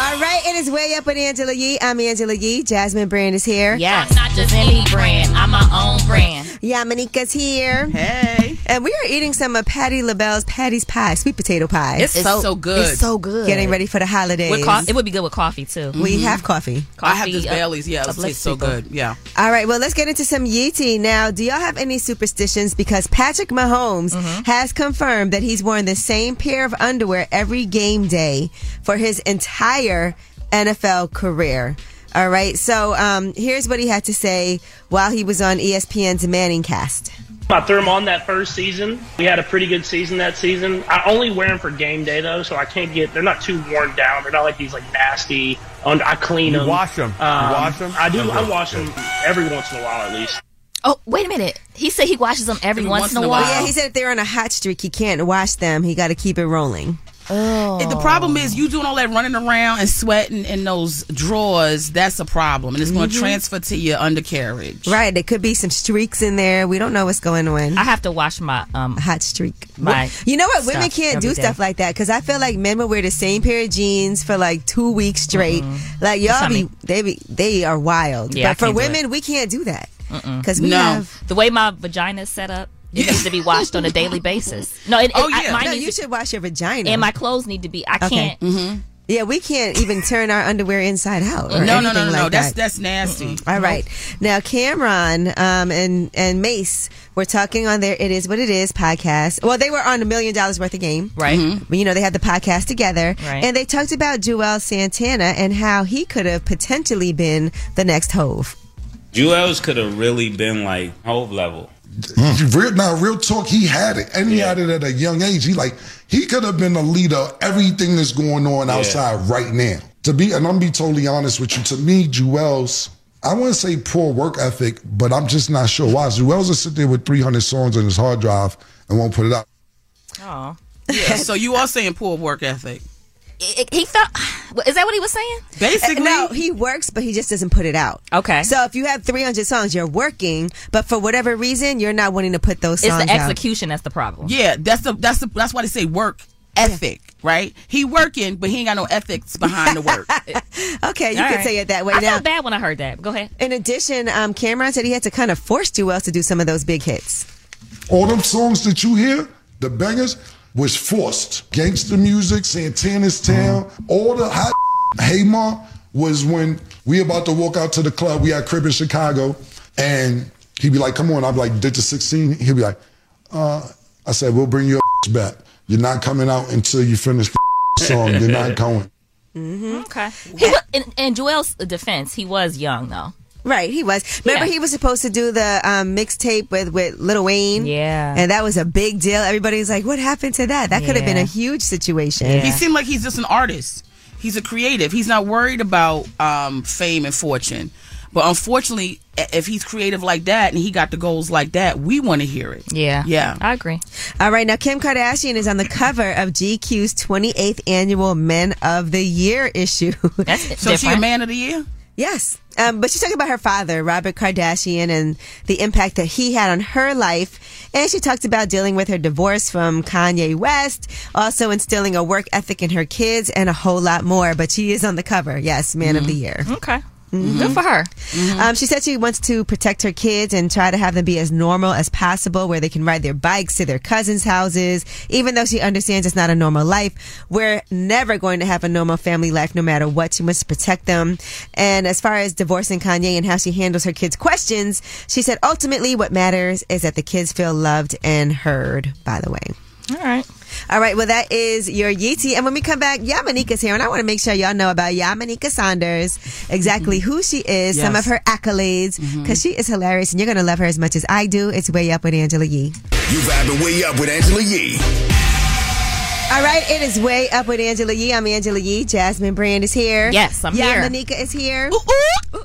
Speaker 3: All right, it is way up with Angela Yee. I'm Angela Yee. Jasmine Brand is here.
Speaker 4: Yes. I'm not just any brand. I'm my own brand.
Speaker 3: Yamanika's here. Hey. And we are eating some of Patty LaBelle's Patty's Pie, sweet potato pie.
Speaker 4: It's It's so- so good.
Speaker 3: It's so good. Getting ready for the holidays.
Speaker 4: With co- it would be good with coffee too.
Speaker 3: We have coffee.
Speaker 4: Coffee,
Speaker 3: Mm-hmm. I have this
Speaker 4: uh,
Speaker 3: Bailey's, yeah, it
Speaker 4: uplifts
Speaker 3: tastes so
Speaker 4: people.
Speaker 3: good.
Speaker 7: Yeah.
Speaker 3: All right, well, let's get into some Yeezy now. Do y'all have any superstitions? Because Patrick Mahomes
Speaker 4: Mm-hmm.
Speaker 3: has confirmed that he's worn the same pair of underwear every game day for his entire NFL career. All right, so um, here's what he had to say while he was on E ESPN's Manning Cast.
Speaker 17: I threw them on that first season. We had a pretty good season that season. I only wear them for game day though, so I can't get. They're not too worn down. They're not like these like nasty. Und- I clean
Speaker 20: You
Speaker 17: them. Um,
Speaker 20: wash 'em? You wash 'em?
Speaker 17: I do. I
Speaker 20: Okay.
Speaker 17: wash them every once in a while at least.
Speaker 4: Oh, wait a minute. He said he washes them every, once, in a while.
Speaker 3: Yeah, he said if they're on a hot streak, he can't wash them. He got to keep it rolling. Oh.
Speaker 7: The problem is you doing all that running around and sweating in those drawers. That's a problem, and it's going to
Speaker 4: Mm-hmm.
Speaker 3: Mhm.
Speaker 7: transfer to your undercarriage.
Speaker 3: Right, there could be some streaks in there. We don't know what's going on. I
Speaker 4: have to wash my um
Speaker 3: hot streak.
Speaker 4: my
Speaker 3: you know what? Women
Speaker 4: stuff
Speaker 3: can't do
Speaker 4: every day.
Speaker 3: stuff like that because I feel like men will wear the same pair of jeans for like two weeks straight.
Speaker 4: Mm-hmm.
Speaker 3: Like y'all
Speaker 4: That's
Speaker 3: be
Speaker 4: not
Speaker 3: they be they are wild.
Speaker 4: Yeah, I
Speaker 3: but for
Speaker 4: can't do
Speaker 3: women,
Speaker 4: it.
Speaker 3: we can't do that.
Speaker 4: Mm-mm.
Speaker 3: 'Cause we No. have-
Speaker 4: the way my vagina is set up. It needs to be washed on a daily basis. No, it, it,
Speaker 3: Oh,
Speaker 4: I-
Speaker 3: yeah.
Speaker 4: mine
Speaker 3: No,
Speaker 4: needs
Speaker 3: you
Speaker 4: to-
Speaker 3: should wash your vagina.
Speaker 4: And my clothes need to be. I can't.
Speaker 3: Mm-hmm. Yeah, we can't even turn our underwear inside out. Or
Speaker 7: No, no, no,
Speaker 3: anything
Speaker 7: no, no.
Speaker 3: like
Speaker 7: that's
Speaker 3: that.
Speaker 7: that's nasty.
Speaker 3: All right. Now, Cameron um, and, and Mace were talking on their It Is What It Is podcast. Well, they were on a million dollars worth of game.
Speaker 4: Right. Mhm.
Speaker 3: But, You know, they had the podcast together.
Speaker 4: Right.
Speaker 3: And they talked about Joel Santana and how he could have potentially been the next Hove.
Speaker 21: Jewels could have really been like Hove level.
Speaker 22: Real, now, real talk, he had it, and he had it at a young age. He like he could have been the leader. of Everything that's going on
Speaker 21: Yeah.
Speaker 22: outside right now. To be, and I'm gonna be totally honest with you. To me, Jewel's, I wouldn't say poor work ethic, but I'm just not sure why. Jewel's will sit there with 300 songs on his hard drive and won't put it out.
Speaker 4: Oh.
Speaker 7: Yeah. so you are saying poor work ethic.
Speaker 4: He felt. Is that what he was saying?
Speaker 3: Basically, no, Uh, he works, but he just doesn't put it out.
Speaker 4: Okay.
Speaker 3: So if you have 300 songs, you're working, but for whatever reason, you're not wanting to put those
Speaker 4: It's
Speaker 3: songs
Speaker 4: the
Speaker 3: out.
Speaker 4: execution that's the problem.
Speaker 7: Yeah, that's the that's the that's why they say work ethic, right? He working, but he ain't got no ethics behind the work.
Speaker 3: Okay, you
Speaker 7: All
Speaker 3: can
Speaker 7: right.
Speaker 3: say it that way.
Speaker 7: I
Speaker 3: now,
Speaker 7: felt
Speaker 4: bad when I heard that. Go ahead.
Speaker 3: In addition, um, Cameron said he had to kind of force Jewels to do some of those big hits.
Speaker 22: All them songs that you hear, the bangers, was forced. Gangster music, Santana's Town, all the hot Hey Ma was when we about to walk out to the club. We had crib in Chicago, and he'd be like, "Come on!" I'd be like, "Did the 16?" He'd be like, "Uh," I said, "We'll bring your back. You're not coming out until you finish the song. You're not going."
Speaker 3: Mm-hmm.
Speaker 4: Okay. He was, in, in Joel's defense, he was young though.
Speaker 3: Right, he was. Remember,
Speaker 4: Yeah.
Speaker 3: he was supposed to do the um, mixtape with with Lil Wayne.
Speaker 4: Yeah.
Speaker 3: and that was a big deal. Everybody's like, "What happened to that? That could have been
Speaker 7: Yeah.
Speaker 3: a huge situation."
Speaker 7: He seemed like he's just an artist. He's a creative. He's not worried about um, fame and fortune. But unfortunately, i- if he's creative like that and he got the goals like that, we want to hear it.
Speaker 4: Yeah.
Speaker 7: Yeah.
Speaker 4: I agree.
Speaker 3: All right, now Kim Kardashian is on the cover of GQ's 28th annual Men of the Year issue.
Speaker 7: So she a man of the year?
Speaker 3: Yes. Um, but she's talking about her father, Robert Kardashian, and the impact that he had on her life. And she talked about dealing with her divorce from Kanye West, also instilling a work ethic in her kids, and a whole lot more. But she is on the cover. Yes, Man of the Year.
Speaker 4: Mm-hmm. Okay. Mm-hmm. Good for her.
Speaker 3: Um, she said she wants to protect her kids and try to have them be as normal as possible, where they can ride their bikes to their cousins' houses, even though she understands it's not a normal life. We're never going to have a normal family life, no matter what. She wants to protect them. And as far as divorcing Kanye and how she handles her kids' questions, she said ultimately what matters is that the kids feel loved and heard, by the way.
Speaker 4: All right.
Speaker 3: All right, well, that is your Yeetie. And when we come back, Yamanika's here, and I want to make sure y'all know about Yamanika Saunders, exactly
Speaker 4: Mm-hmm.
Speaker 3: who she is, some
Speaker 2: Yes.
Speaker 3: of her accolades, because she is hilarious, and you're going to love her as much as I do. It's Way Up with Angela Yee.
Speaker 2: You vibing way up with Angela Yee.
Speaker 3: All right, it is Way Up with Angela Yee. I'm Angela Yee. Jasmine Brand is here.
Speaker 4: Yes, I'm here.
Speaker 3: Yamanika is here. Ooh, ooh, ooh.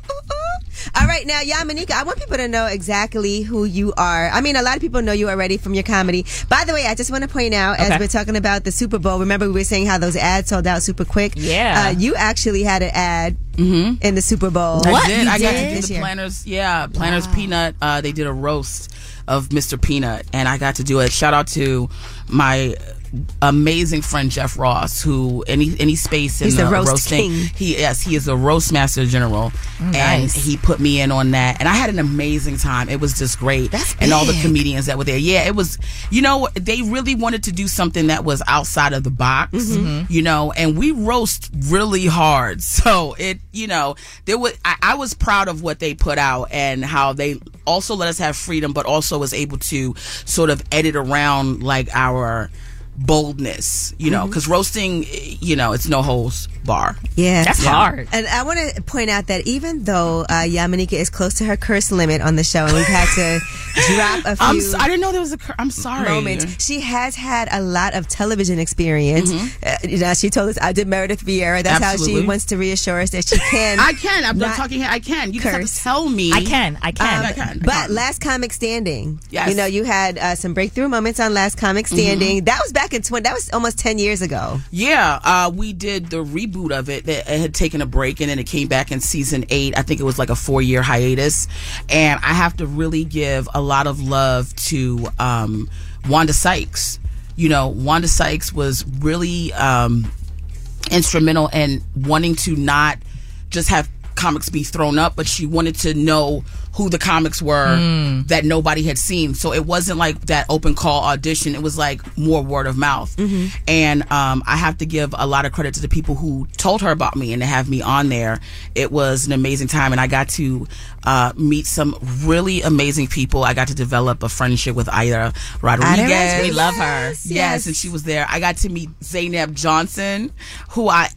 Speaker 3: All right, now, Yamanika, I want people to know exactly who you are. I mean, a lot of people know you already from your comedy. By the way, I just want to point out, as
Speaker 4: Okay.
Speaker 3: we're talking about the Super Bowl, remember we were saying how those ads sold out super quick?
Speaker 4: Yeah.
Speaker 3: Uh, you actually had an ad in the Super Bowl.
Speaker 7: I did.
Speaker 3: You
Speaker 7: I got
Speaker 3: did?
Speaker 7: to do
Speaker 3: This
Speaker 7: the
Speaker 3: year.
Speaker 7: planners. Yeah, planners peanut. Uh, they did a roast of Mr. Peanut, and I got to do it. Shout out to my amazing friend Jeff Ross, who any any space in
Speaker 3: He's the roast
Speaker 7: roasting.
Speaker 3: king.
Speaker 7: He yes, he is the roast master general,
Speaker 3: Mm,
Speaker 7: and
Speaker 3: nice.
Speaker 7: he put me in on that, and I had an amazing time. It was just great, and all the
Speaker 3: big.
Speaker 7: comedians that were there. Yeah, it was. You know, they really wanted to do something that was outside of the box
Speaker 3: Mm-hmm.
Speaker 4: Mhm.
Speaker 7: you know, and we roast really hard. So it, you know, there was I, I was proud of what they put out and how they also let us have freedom, but also was able to sort of edit around like our boldness, you know,
Speaker 3: Mhm.
Speaker 7: because roasting, you know, it's no holes bar.
Speaker 3: Yeah.
Speaker 7: Yeah.
Speaker 3: And I want to point out that even though uh, Yamanika is close to her curse limit on the show, and we've had to drop a few.
Speaker 7: I'm so- I didn't know there was a. Cur- I'm sorry.
Speaker 3: Moments. She has had a lot of television experience. Uh, you know, she told us I did Meredith Vieira. That's how she
Speaker 7: Mm-hmm. Absolutely.
Speaker 3: wants to reassure us that she can.
Speaker 7: I can. I'm
Speaker 3: not
Speaker 7: not talking. here. I can. You just have to
Speaker 3: curse.
Speaker 7: tell me. Uh,
Speaker 3: I can,
Speaker 4: I
Speaker 3: Um,
Speaker 7: I can.
Speaker 3: But last comic standing.
Speaker 7: Yes. Mm-hmm.
Speaker 3: You know, you had uh, some breakthrough moments on last comic standing. That was back in twenty. That was almost ten years ago.
Speaker 7: Yeah, uh, we did the reboot of it. It it had taken a break, and then it came back in season eight. I think it was like a four-year hiatus, and I have to really give a lot of love to um, Wanda Sykes. You know, Wanda Sykes was really um, instrumental in wanting to not just have comics be thrown up, but she wanted to know who the comics were
Speaker 4: Mm.
Speaker 7: that nobody had seen. So it wasn't like that open call audition. It was like more word of mouth. And um, I have to give a lot of credit to the people who told her about me and to have me on there. It was an amazing time, and I got to uh, meet some really amazing people. I got to develop a friendship with Ida Rodriguez.
Speaker 4: Rodriguez, We love her.
Speaker 7: Yes,
Speaker 4: yes.
Speaker 7: and she was there. I got to meet Zaynab Johnson, who I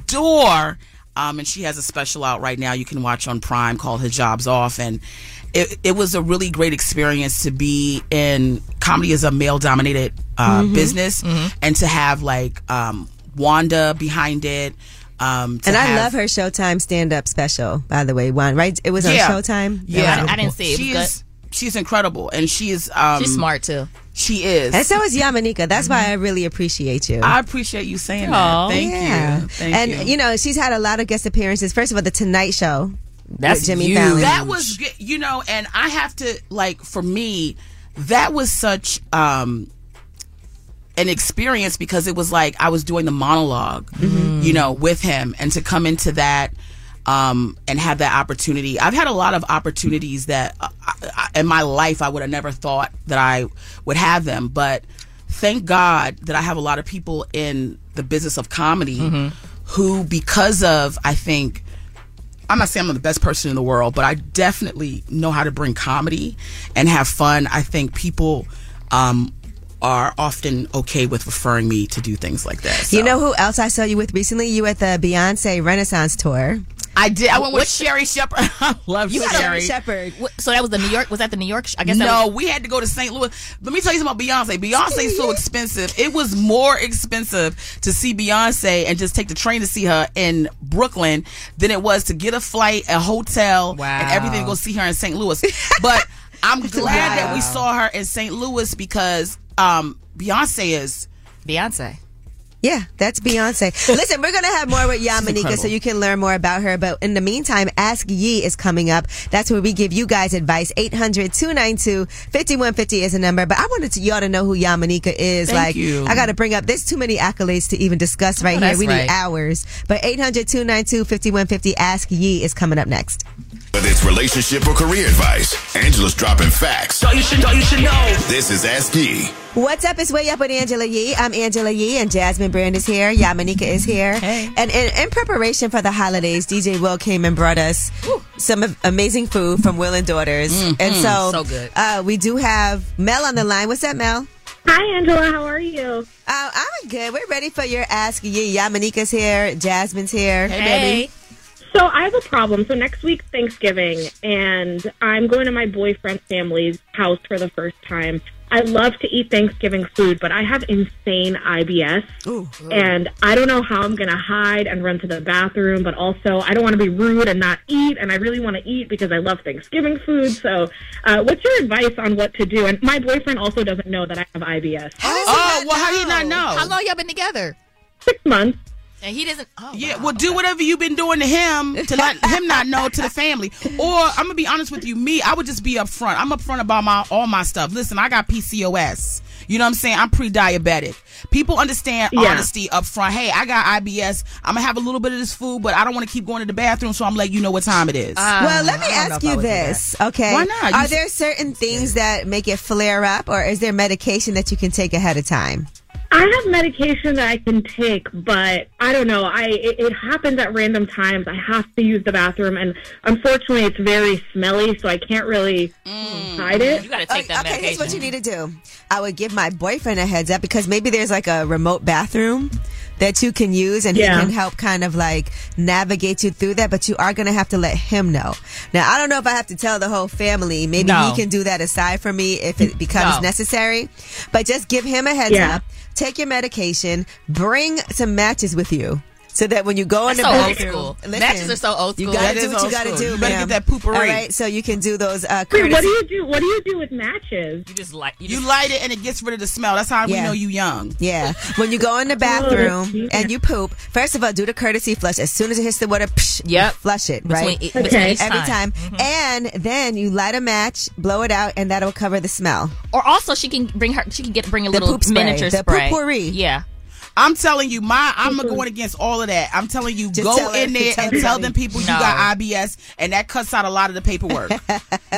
Speaker 7: adore. Um, and she has a special out right now you can watch on Prime called Hijabs Off. And it, it was a really great experience to be in comedy is a male dominated uh,
Speaker 3: Mm-hmm.
Speaker 4: Mhm.
Speaker 7: business
Speaker 4: Mhm.
Speaker 7: and to have like um, Wanda behind it. Um, to
Speaker 3: and I
Speaker 7: have-
Speaker 3: love her Showtime stand up special, by the way. One right, it was on
Speaker 7: Yeah.
Speaker 3: Showtime. That
Speaker 7: Yeah,
Speaker 3: was
Speaker 7: She is, she's incredible, and she is. Um,
Speaker 3: She's smart,
Speaker 4: too.
Speaker 7: She is.
Speaker 3: And so is Yamanika. That's why I really appreciate you.
Speaker 7: I appreciate you saying that. Thank you. Thank
Speaker 3: and
Speaker 7: you.
Speaker 3: know, she's had a lot of guest appearances. First of all, the Tonight Show. with Jimmy
Speaker 7: huge.
Speaker 3: Fallon.
Speaker 7: That was good, you know, and I have to like for me, that was such um an experience because it was like I was doing the monolog
Speaker 3: Mm-hmm.
Speaker 7: you know, with him and to come into that um and have that opportunity. I've had a lot of opportunities that uh, I, I, in my life I would have never thought that I would have them, but thank God that I have a lot of people in the business of comedy
Speaker 4: Mhm.
Speaker 7: who because of I think I'm not saying I'm the best person in the world, but I definitely know how to bring comedy and have fun. I think people um, are often okay with referring me to do things like that.
Speaker 3: You know who else I saw you with recently? You at the Beyonce Renaissance tour.
Speaker 7: I did. I went with
Speaker 4: What-
Speaker 7: Sherry Shepard. I love
Speaker 4: You had a
Speaker 7: Sherry
Speaker 4: Sherry Shepherd. What- So that was the New York. Was that the New York? sh- I guess that
Speaker 7: no,
Speaker 4: was-
Speaker 7: we had to go to St. Louis. Let me tell you something about Beyonce. Beyonce's so expensive. It was more expensive to see Beyonce and just take the train to see her in Brooklyn than it was to get a flight, a hotel, and everything to go see her in St. Louis. But I'm glad that we saw her in St. Louis because um, Beyonce is
Speaker 4: Beyonce.
Speaker 3: Yeah, that's Beyonce. Listen, we're going to have more with Yamanika so
Speaker 7: incredible.
Speaker 3: you can learn more about her. But in the meantime, Ask Yee is coming up. That's where we give you guys advice. 800-292-5150 is a number. But I wanted to, y'all to know who Yamanika is.
Speaker 4: Thank
Speaker 3: like,
Speaker 4: you.
Speaker 3: I got to bring up, there's too many accolades to even discuss right
Speaker 4: Oh,
Speaker 3: here.
Speaker 4: that's
Speaker 3: We need
Speaker 4: right.
Speaker 3: hours. But 800-292-5150, Ask Yee is coming up next.
Speaker 2: Whether it's relationship or career advice, Angela's dropping facts. So you should, so you should know. This is Ask Yee.
Speaker 3: What's up? It's Way Up with Angela Yee. I'm Angela Yee, and Jasmine Brand is here. Yamanika is here. Hey. And in, in preparation for the holidays, DJ Will came and brought us some of- amazing food from Will and Daughters.
Speaker 7: Mm-hmm.
Speaker 3: and
Speaker 1: mm,
Speaker 3: so,
Speaker 1: so good.
Speaker 3: Uh, we do have Mel on the line. What's up, Mel?
Speaker 1: Hi, Angela. How are you?
Speaker 3: Uh, I'm good. We're ready for your Ask Yee. Yamanika's here. Jasmine's here.
Speaker 1: So I have a problem. So next week's Thanksgiving, and I'm going to my boyfriend's family's house for the first time. I love to eat Thanksgiving food, but I have insane IBS, and I don't know how I'm going to hide and run to the bathroom. But also, I don't want to be rude and not eat, and I really want to eat because I love Thanksgiving food. So, uh, what's your advice on what to do? And my boyfriend also doesn't know that I have IBS.
Speaker 7: Oh, well, how do you not know?
Speaker 4: How long oh, y'all been together?
Speaker 1: Six months.
Speaker 4: And he doesn't. Oh,
Speaker 7: Yeah, well, do whatever you've been doing to him to let him not know to the family. Or I'm gonna be honest with you, me, I would just be upfront. I'm upfront about my all my stuff. Listen, I got PCOS. You know what I'm saying? I'm pre-diabetic. People understand
Speaker 1: Yeah.
Speaker 7: honesty up front. Hey, I got IBS. I'm gonna have a little bit of this food, but I don't want to keep going to the bathroom, so I'm letting you know what time it is.
Speaker 4: Uh,
Speaker 3: well, let me ask you this, okay?
Speaker 7: Why not? You
Speaker 3: Are
Speaker 7: should-
Speaker 3: there certain things that make it flare up, or is there medication that you can take ahead of time?
Speaker 1: I have medication that I can take, but I don't know. I it, it happens at random times. I have to use the bathroom, and unfortunately, it's very smelly, so I can't really hide it.
Speaker 3: okay, Okay, here's what you need to do. I would give my boyfriend a heads up because maybe there's like a remote bathroom that you can use and
Speaker 1: Yeah.
Speaker 3: he can help kind of like navigate you through that, but you are going to have to let him know. Now, I don't know if I have to tell the whole family. Maybe
Speaker 1: No.
Speaker 3: he can do that aside from me if it becomes
Speaker 1: No.
Speaker 3: necessary, but just give him a heads
Speaker 1: Yeah.
Speaker 3: up. Take your medication, bring some matches with you. So that when you go in
Speaker 4: That's
Speaker 3: the
Speaker 4: so old
Speaker 3: bathroom,
Speaker 4: school. Matches are so old
Speaker 3: You
Speaker 4: school.
Speaker 3: gotta
Speaker 4: That
Speaker 3: do
Speaker 4: is
Speaker 3: what you
Speaker 4: old
Speaker 3: gotta
Speaker 4: school.
Speaker 3: do.
Speaker 4: You better
Speaker 3: ma'am.
Speaker 4: get that pooperoo.
Speaker 3: All right, so you can do those. Uh,
Speaker 1: Wait, what
Speaker 3: courtesy-
Speaker 1: do you do? What do you do with matches?
Speaker 4: You just light.
Speaker 7: You light it and it gets rid of the smell. That's how we
Speaker 3: Yeah.
Speaker 7: know you young.
Speaker 3: Yeah. When you go in the bathroom and you poop, first of all, do the courtesy flush. As soon as it hits the water, psh,
Speaker 4: Yep.
Speaker 3: flush it,
Speaker 4: Between- e-,
Speaker 3: right?
Speaker 4: between Okay. each
Speaker 3: Every e-, time.
Speaker 4: time.
Speaker 7: Mm-hmm.
Speaker 3: And then you light a match, blow it out, and that'll cover the smell.
Speaker 4: Or also, she can bring her. She can get bring a
Speaker 3: The
Speaker 4: little
Speaker 3: poop spray.
Speaker 4: miniature
Speaker 3: The
Speaker 4: spray.
Speaker 3: potpourri.
Speaker 4: Yeah.
Speaker 7: I'm telling you, my I'm going against all of that. I'm telling you,
Speaker 4: Just
Speaker 7: go
Speaker 4: tell her-
Speaker 7: in there
Speaker 4: tell
Speaker 7: and tell
Speaker 4: everybody.
Speaker 7: them people you
Speaker 4: No.
Speaker 7: got IBS, and that cuts out a lot of the paperwork.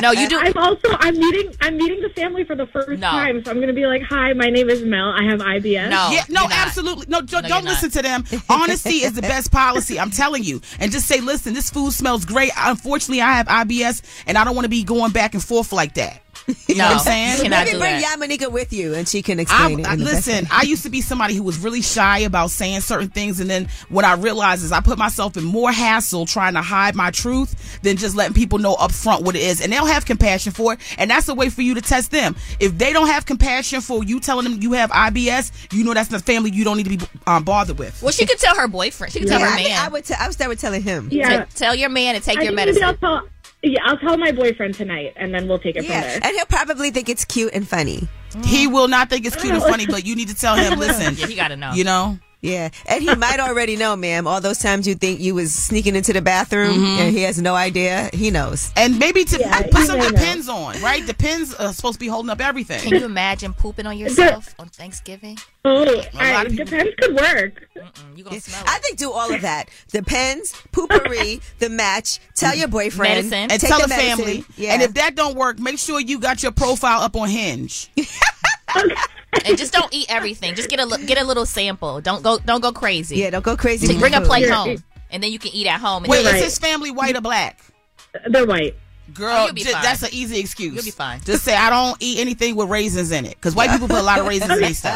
Speaker 4: no, you do.
Speaker 1: I'm also I'm meeting I'm meeting the family for the first time, so I'm gonna be like, "Hi, my name is Mel. I have IBS."
Speaker 7: yeah, no, eh, absolutely, no. Don't,
Speaker 1: No,
Speaker 7: don't
Speaker 1: you're
Speaker 7: listen to them. Honesty is the best policy. I'm telling you, and just say, listen, this food smells great. Unfortunately, I have IBS, and I don't want to be going back and forth like that. You know what I'm saying?
Speaker 3: Maybe bring Yamanika with you and she can
Speaker 7: I,
Speaker 3: explain
Speaker 7: I-
Speaker 3: it. in the best
Speaker 7: listen,
Speaker 3: way.
Speaker 7: I used to be somebody who was really shy about saying certain things, and then what I realized is I put myself in more hassle trying to hide my truth than just letting people know up front what it is, and they'll have compassion for it, and that's a way for you to test them. If they don't have compassion for you telling them you have IBS, you know that's the family you don't need to be um, bothered with.
Speaker 4: Well, she could tell her boyfriend. She could tell
Speaker 3: Yeah,
Speaker 4: her
Speaker 3: I
Speaker 4: man.
Speaker 3: think I would. T- I would start with telling him.
Speaker 4: Yeah. tell your man and take
Speaker 1: I
Speaker 4: your
Speaker 1: think maybe
Speaker 4: medicine.
Speaker 1: I'll tell, yeah, I'll tell my boyfriend tonight, and then we'll take it
Speaker 3: Yeah,
Speaker 1: from there.
Speaker 3: and he'll probably think it's cute and funny.
Speaker 7: Mm. He will not think it's cute and funny, but you need to tell him, listen,
Speaker 4: Yeah, he gotta know.
Speaker 7: You know?
Speaker 3: Yeah, and he might already know, ma'am. All those times you think you was sneaking into the bathroom
Speaker 7: Mhm.
Speaker 3: and he has no idea. He knows.
Speaker 7: And maybe to put some depends on, right? Depends uh, supposed to be holding up everything.
Speaker 4: Can you imagine pooping on yourself on Thanksgiving?
Speaker 1: Oh,
Speaker 7: lot
Speaker 1: I,
Speaker 7: of
Speaker 1: depends could work.
Speaker 3: I think do all of that. The pens, poopery, the match. Tell your boyfriend
Speaker 7: and
Speaker 3: take
Speaker 7: tell the,
Speaker 3: medicine.
Speaker 7: family.
Speaker 3: Yeah.
Speaker 7: And if that don't work, make sure you got your profile up on Hinge.
Speaker 4: and just don't eat everything. Just get a li- get a little sample. Don't go don't go crazy. Yeah,
Speaker 3: don't go crazy.
Speaker 4: Take-
Speaker 3: with
Speaker 4: bring a
Speaker 3: food.
Speaker 4: plate
Speaker 3: Yeah,
Speaker 4: home,
Speaker 3: it-
Speaker 4: and then you can eat at home. and
Speaker 7: Wait,
Speaker 4: then-
Speaker 7: is his family white or black?
Speaker 1: They're white.
Speaker 7: Girl,
Speaker 4: Oh,
Speaker 6: you'll be
Speaker 7: ju-
Speaker 6: fine.
Speaker 7: that's an easy excuse.
Speaker 6: You'll be fine.
Speaker 7: Just say I don't eat anything with raisins in it because white people put a lot of raisins in their stuff.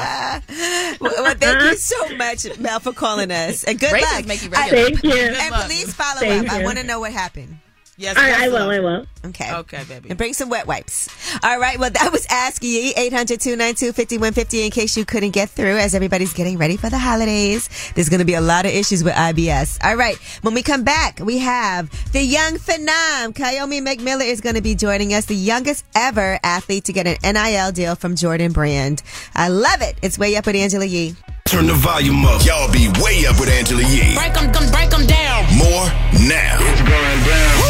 Speaker 3: Uh, well, well, thank you so much, Mel, for calling us. And good
Speaker 7: Uh-huh. Raisins
Speaker 3: luck.
Speaker 7: make you
Speaker 3: I-
Speaker 7: regular. Thank you. Good
Speaker 3: And
Speaker 7: luck.
Speaker 3: please follow
Speaker 7: Thank
Speaker 3: up. I
Speaker 7: you.
Speaker 3: want to know what happened.
Speaker 7: Yes,
Speaker 3: All
Speaker 7: All
Speaker 3: right,
Speaker 7: right, yes, I will, I
Speaker 1: will.
Speaker 3: Okay.
Speaker 7: Okay, baby.
Speaker 3: And bring some wet wipes. All right. Well, that was Ask Ye, 800 292 5150, in case you couldn't get through as everybody's getting ready for the holidays. There's going to be a lot of issues with IBS. All right. When we come back, we have the young phenom. Kayomi McMiller is going to be joining us, the youngest ever athlete to get an NIL deal from Jordan Brand. I love it. It's way up with Angela Yee.
Speaker 2: Turn the volume up. Y'all be way up with Angela Yee.
Speaker 16: Break them, break them down.
Speaker 2: More now. It's going down.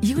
Speaker 11: You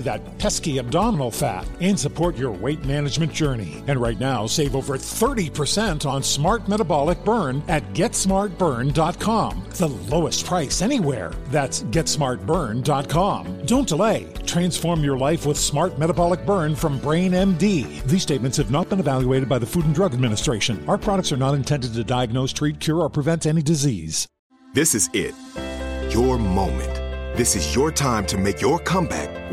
Speaker 19: that pesky abdominal fat, and support your weight management journey. And right now, save over 30% on Smart Metabolic Burn at GetSmartBurn.com. The lowest price anywhere. That's GetSmartBurn.com. Don't delay. Transform your life with Smart Metabolic Burn from Brain MD. These statements have not been evaluated by the Food and Drug Administration. Our products are not intended to diagnose, treat, cure, or prevent any disease.
Speaker 12: This is it. Your moment. This is your time to make your comeback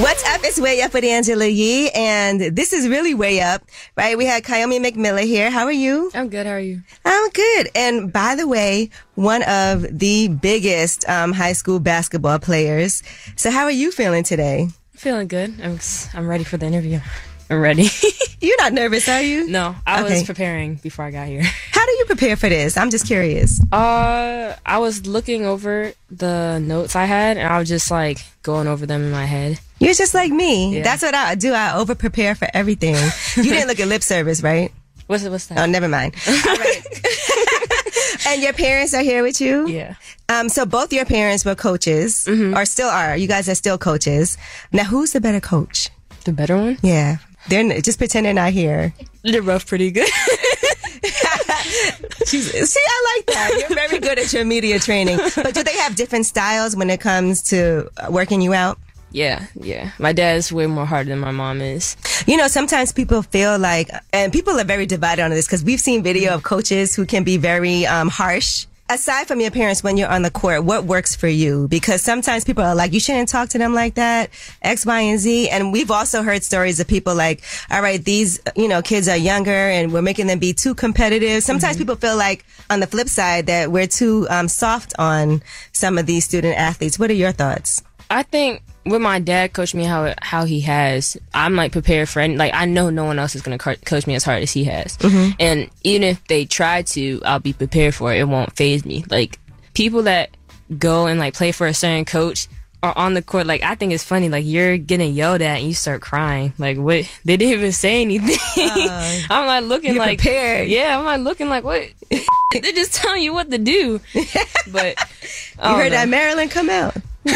Speaker 3: What's up? It's Way Up with Angela Yee, and this is really way up, right? We had Kayomi McMillan here. How are you?
Speaker 8: I'm good. How are you?
Speaker 3: I'm good. And by the way, one of the biggest um, high school basketball players. So, how are you feeling today?
Speaker 8: Feeling good. I'm s- I'm ready for the interview. I'm ready.
Speaker 3: You're not nervous, are you?
Speaker 8: No, I
Speaker 3: Okay.
Speaker 8: was preparing before I got here.
Speaker 3: How do you prepare for this? I'm just curious.
Speaker 8: Uh, I was looking over the notes I had, and I was just like going over them in my head.
Speaker 3: You're just like me.
Speaker 8: Yeah.
Speaker 3: That's what I do. I over prepare for everything. You didn't look at lip service, right?
Speaker 8: What's what's that?
Speaker 3: Oh, never mind. and your parents are here with you?
Speaker 8: Yeah. Mm-hmm.
Speaker 3: Um, so both your parents were coaches, or still are. You guys are still coaches. Now, who's the better coach?
Speaker 8: The better one?
Speaker 3: Yeah. They're n- just pretend they're not here.
Speaker 8: They're both pretty good.
Speaker 3: Jesus. See, I like that. You're very good at your media training. But do they have different styles when it comes to uh, working you out?
Speaker 8: Yeah, yeah. My dad's way more hard than my mom is.
Speaker 3: You know, sometimes people feel like, and people are very divided on this because we've seen video of coaches who can be very um, harsh. Aside from your parents, when you're on the court, what works for you? Because sometimes people are like, you shouldn't talk to them like that, X, Y, and Z. And we've also heard stories of people like, all right, these, you know, kids are younger and we're making them be too competitive. Sometimes people feel like on the flip side that we're too um, soft on some of these student athletes. What are your thoughts?
Speaker 8: I think with my dad coached me how how he has, I'm like prepared for any, like I know no one else is gonna co- coach me as hard as he has,
Speaker 20: Mhm.
Speaker 8: and even if they try to, I'll be prepared for it. It won't phase me. Like people that go and like play for a certain coach, are on the court, like I think it's funny. Like you're getting yelled at and you start crying. Like what? They didn't even say anything. I'm like looking
Speaker 4: you're
Speaker 8: like
Speaker 4: prepared.
Speaker 8: Yeah, I'm like looking like what? They're just telling you what to do. But oh,
Speaker 3: You heard that Marilyn come out.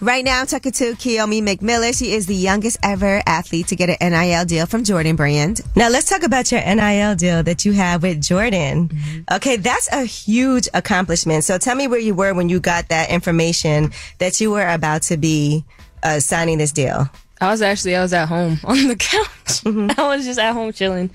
Speaker 3: Right now, I'm talking to Kiyomi McMillan. She is the youngest ever athlete to get an NIL deal from Jordan Brand.
Speaker 6: Now let's talk about your NIL deal that you have with Jordan.
Speaker 3: Mm-hmm.
Speaker 6: Okay, that's a huge accomplishment. So tell me where you were when you got that information that you were about to be uh, signing this deal.
Speaker 8: I was actually I was at home on the couch.
Speaker 6: Mm-hmm.
Speaker 8: I was just at home chilling,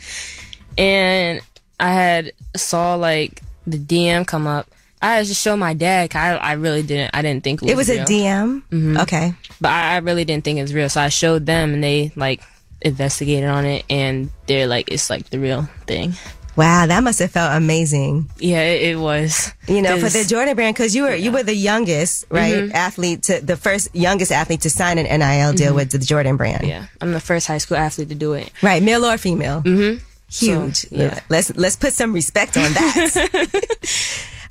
Speaker 8: and I had saw like the DM come up. I had to show my dad. 'cause I I really didn't. I didn't think it was,
Speaker 6: It was a
Speaker 8: real.
Speaker 6: DM.
Speaker 8: Mhm.
Speaker 6: Okay.
Speaker 8: but I, I really didn't think it was real. So I showed them, and they like investigated on it, and they're like, it's like the real thing.
Speaker 6: Wow, that must have felt amazing.
Speaker 8: Yeah, it, it was.
Speaker 6: You know, for
Speaker 8: 'Cause-
Speaker 6: the Jordan brand, because you were you were the youngest, right,
Speaker 8: Mhm.
Speaker 6: athlete to the first youngest athlete to sign an NIL deal
Speaker 8: Mhm.
Speaker 6: with the Jordan brand.
Speaker 8: Yeah, I'm the first high school athlete to do it.
Speaker 6: Right, male or female.
Speaker 8: Mm-hmm.
Speaker 6: Huge.
Speaker 8: yeah.
Speaker 6: Let's let's put some respect on that.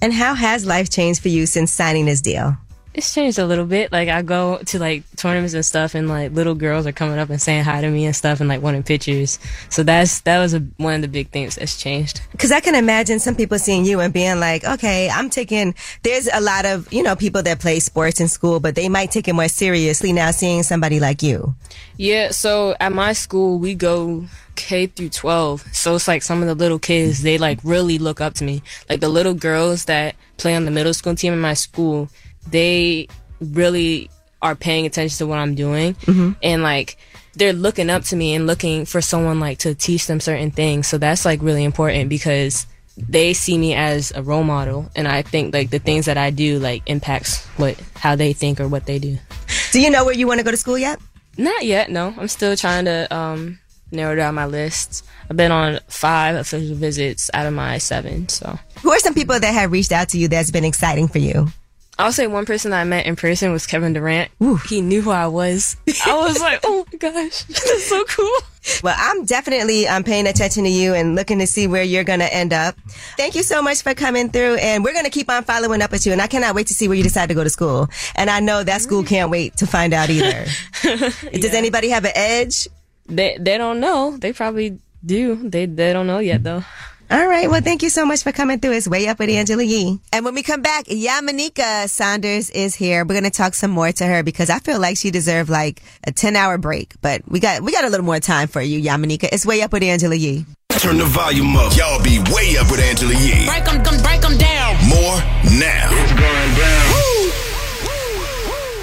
Speaker 6: and how has life changed for you since signing this deal?
Speaker 8: It's changed a little bit. Like I go to like tournaments and stuff, and like little girls are coming up and saying hi to me and stuff, and like wanting pictures. So that's that was a, one of the big things that's changed.
Speaker 6: Because I can imagine some people seeing you and being like, okay, I'm taking, there's a lot of, you know, people that play sports in school, but they might take it more seriously now seeing somebody like you.
Speaker 8: Yeah, so at my school we go K through 12. So it's like some of the little kids, they like really look up to me. Like the little girls that play on the middle school team in my school, they really are paying attention to what I'm doing
Speaker 3: Mm-hmm.
Speaker 6: Mhm.
Speaker 8: and like they're looking up to me and looking for someone like to teach them certain things. So that's like really important because they see me as a role model and I think like the things that I do like impacts what how they think or what they do.
Speaker 6: Do you know where you want to go to school yet?
Speaker 8: Not yet, no. I'm still trying to um, narrow down my list. I've been on five official visits out of my seven, so.
Speaker 6: Who are some people that have reached out to you that's been exciting for you?
Speaker 8: I'll say one person that I met in person was Kevin Durant. He knew who I was. I was like, oh my gosh, that's so cool.
Speaker 6: Well, I'm definitely um, paying attention to you and looking to see where you're going to end up. Thank you so much for coming through, and we're going to keep on following up with you. And I cannot wait to see where you decide to go to school. And I know that school can't wait to find out either. Does anybody have an edge?
Speaker 8: They they don't know. They probably do. They they don't know yet though.
Speaker 6: All right. Well, thank you so much for coming through. It's way up with Angela Yee.
Speaker 3: And when we come back, Yamanika Saunders is here. We're going to talk some more to her because I feel like she deserved like a 10 hour break, but we got, we got a little more time for you, Yamanika. It's way up with Angela Yee.
Speaker 2: Turn the volume up. Y'all be way up with Angela Yee.
Speaker 16: Break them, break them down.
Speaker 2: More now. It's going down.